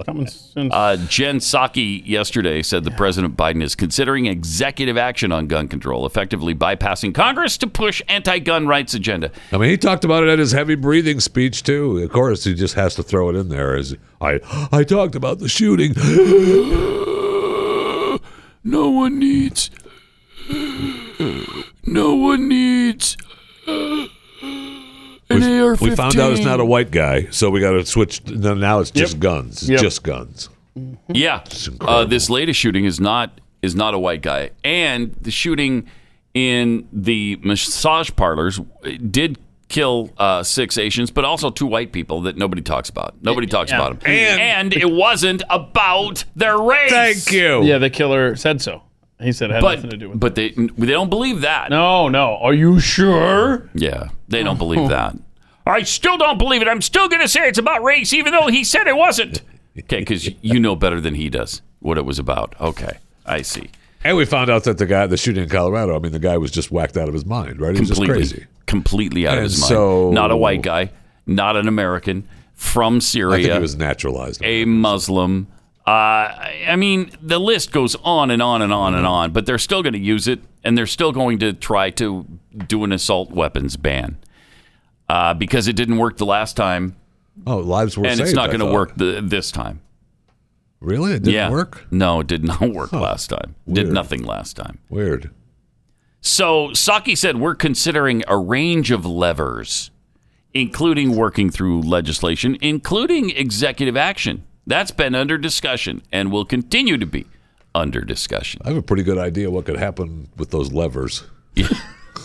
Common sense. Uh, Jen Psaki yesterday said that President Biden is considering executive action on gun control, effectively bypassing Congress to push anti-gun rights agenda. I mean, he talked about it at his heavy breathing speech too. Of course, he just has to throw it in there. As I, I talked about the shooting. No one needs. No one needs. We, we found out it's not a white guy, so we got to switch. No, now it's just guns. It's Yep. Just guns. Yeah, uh, this latest shooting is not is not a white guy, and the shooting in the massage parlors did kill uh, six Asians, but also two white people that nobody talks about. Nobody talks yeah. about them, and, it wasn't about their race. Thank you. yeah, the killer said so. He said it had But nothing to do with. but they they don't believe that. no, no. Are you sure? Yeah, they don't believe that. I still don't believe it. I'm still going to say it's about race, even though he said it wasn't. Okay, because you know better than he does what it was about. Okay, I see. And we found out that the guy, the shooting in Colorado. I mean, the guy was just whacked out of his mind, right? He was just completely, crazy. completely out of his And mind. so- not a white guy, not an American from I think Syria, he was naturalized. a Muslim. Uh, I I mean, the list goes on and on and on Mm-hmm. and on. But they're still going to use it, and they're still going to try to do an assault weapons ban uh, because it didn't work the last time, oh, lives were and saved. it's not I going to thought. work the, this time. Really, it didn't yeah, work. No, it did not work last time. Did Weird. nothing last time. Weird. So Saki said we're considering a range of levers, including working through legislation, including executive action. That's been under discussion and will continue to be under discussion. I have a pretty good idea what could happen with those levers. Do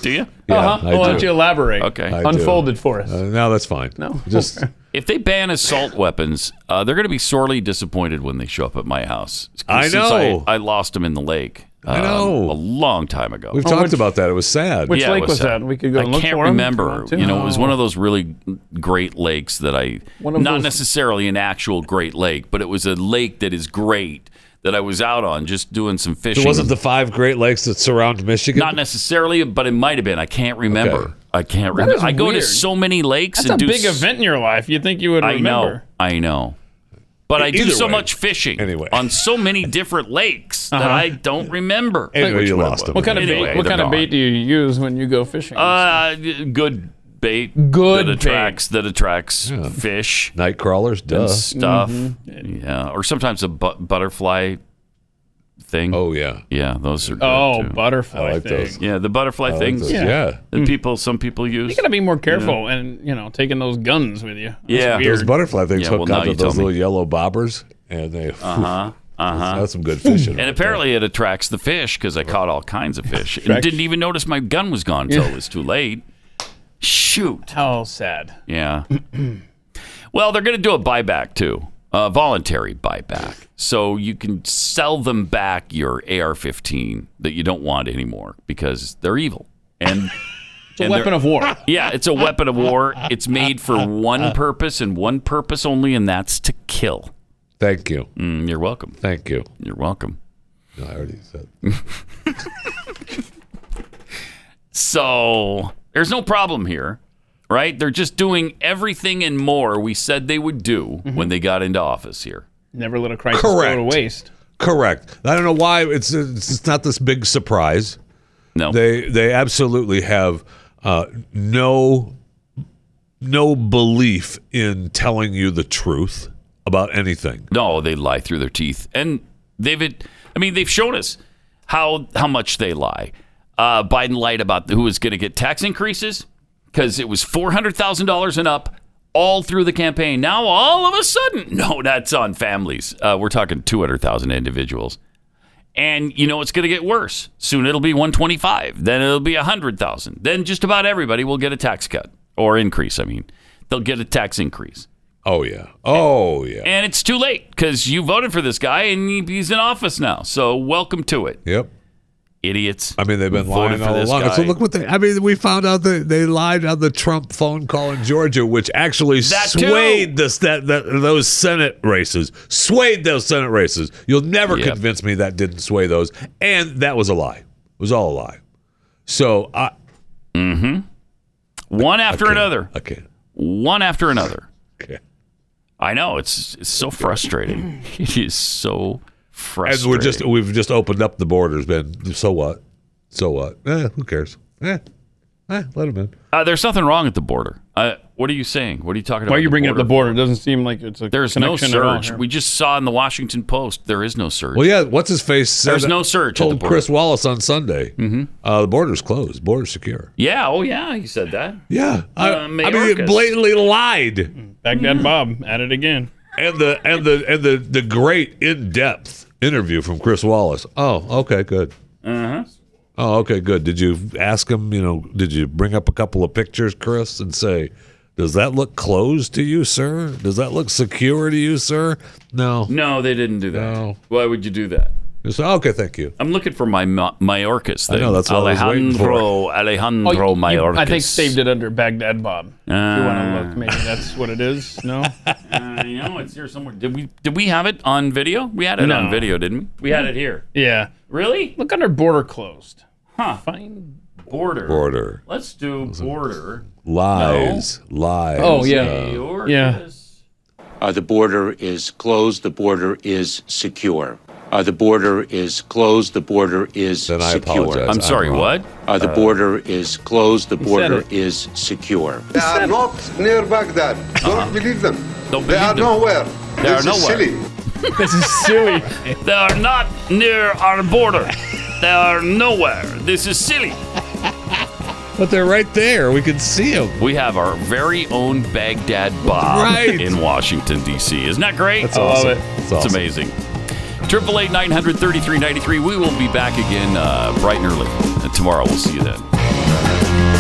you? Yeah, uh-huh. I I'll Oh, do. let you elaborate. Okay. I do. Unfolded for us. Uh, no, that's fine. No. just If they ban assault weapons, uh, they're going to be sorely disappointed when they show up at my house. 'Cause I since know. I, I lost them in the lake. I um, know. a long time ago. we've talked about that. It was sad. Which Yeah, it lake was was, sad. that? We could go I and look can't for 'em if remember. want to. You know, it was one of those really great lakes that I One of not those- necessarily an actual great lake, but it was a lake that is great that I was out on just doing some fishing. It wasn't the five Great Lakes that surround Michigan. not necessarily, but it might have been. I can't remember. Okay. I can't remember. is I go to weird. so many lakes That's and do a big s- event in your life. You think you would I remember? E- know. I know. But I do Either so way. much fishing anyway. on so many different lakes that Uh-huh. I don't remember. Anyway, you one it lost was. them. What kind of bait- they're what kind of gone. bait do you use when you go fishing? Uh, good bait. that Good bait. attracts that attracts fish, night crawlers, duh. and stuff. Mhm. Mm-hmm. Yeah, or sometimes a bu- butterfly thing. Oh yeah, yeah, those are. Good Oh, too. butterfly I like thing. those. Yeah, the butterfly I like things. those. Yeah. Oh, Yeah. that people some people use. You gotta be more careful Yeah. and you know taking those guns with you. That's Yeah. weird. Those butterfly things Yeah, hook well, now up you with those tell me. little yellow bobbers, and they. Uh-huh, uh-huh. That's some good fishing. And apparently it attracts the fish because I caught all kinds of fish and Attracts- didn't even notice my gun was gone until Yeah. it was too late. Shoot. How sad. Yeah. well, they're going to do a buyback too, a voluntary buyback. So you can sell them back your AR 15 that you don't want anymore because they're evil. And It's a weapon of war. Yeah, it's a weapon of war. It's made for one purpose and one purpose only, and that's to kill. Thank you. Mm, you're welcome. Thank you. You're welcome. No, I already said. So there's no problem here, right? They're just doing everything and more we said they would do Mm-hmm. when they got into office here. Never let a crisis go Correct. to waste. Correct. I don't know why it's it's, it's not this big surprise. No, they they absolutely have uh, no no belief in telling you the truth about anything. No, they lie through their teeth, and they've. I mean, they've shown us how how much they lie. Uh, Biden lied about who was going to get tax increases because it was four hundred thousand dollars and up all through the campaign. Now all of a sudden, no, that's on families. Uh, we're talking two hundred thousand individuals, and you know it's going to get worse. Soon it'll be one twenty five, then it'll be a hundred thousand, then just about everybody will get a tax cut or increase. I mean, they'll get a tax increase. Oh yeah. Oh yeah. And it's too late because you voted for this guy and he- he's in office now. So welcome to it. Yep. Idiots. I mean, they've been lying all along. So look what they. I mean, we found out that they lied on the Trump phone call in Georgia, which actually That too. swayed this that, that those Senate races, swayed those Senate races. You'll never Yep. convince me that didn't sway those, and that was a lie. It was all a lie. So I. Mm-hmm. One after another. Okay. One after another. Okay. I know it's, it's so frustrating. It is so And frustrating. we're just we've just opened up the borders, Ben. So what? So what? Eh, who cares? Eh, eh, let them in. Uh, there's nothing wrong at the border. Uh, what are you saying? What are you talking about? Why are you bringing up the border? border? It doesn't seem like it's a There's no connection at all surge. here. We just saw in the Washington Post there is no surge. Well, yeah. What's his face? said There's that- no surge at the Told border. Mm-hmm. Chris Wallace on Sunday, uh, the border's closed. Border's secure. Yeah. Oh, yeah. He said that. Yeah, I, Uh, I mean, it Mayorkas. blatantly lied. Baghdad Bob at it again. And the and the and the the great in depth interview from Chris Wallace. Oh, okay, good. Uh-huh. Oh, okay, good. Did you ask him? You know, did you bring up a couple of pictures, Chris, and say, "Does that look closed to you, sir? Does that look secure to you, sir?" No. No, they didn't do that. No. Why would you do that? Just, okay, thank you. I'm looking for my Ma- Mayorkas I thing. know, that's what I was waiting for. Alejandro, Oh, Alejandro you- Mayorkas. I think saved it under Baghdad Bob. if you Ah. want to look, maybe that's what it is. No, Uh, you know, it's here somewhere. Did we did we have it on video? We had it No. on video, didn't we? We had it here. yeah. Really? Look under border closed. Huh. Fine. Border. Border Let's do border. lies, lies. Oh, yeah. Uh, Mayorkas. Yeah. Uh, the border is closed. The border is secure. Uh, the border is closed. The border is Then uh, I secure. apologize. I'm sorry. wrong. What? Uh, the border is closed. The border it. is secure. They are not near Baghdad. Don't believe them. Uh-huh. Don't They believe are them. nowhere. They this are Is nowhere. silly. This is silly. They are not near our border. they are nowhere. This is silly. But they're right there. We can see them. We have our very own Baghdad Bob Right. in Washington D.C. Isn't that great? That's awesome. it. That's It's awesome. amazing. Triple eight nine hundred thirty three ninety three. We will be back again uh, bright and early Uh, tomorrow. We'll see you then.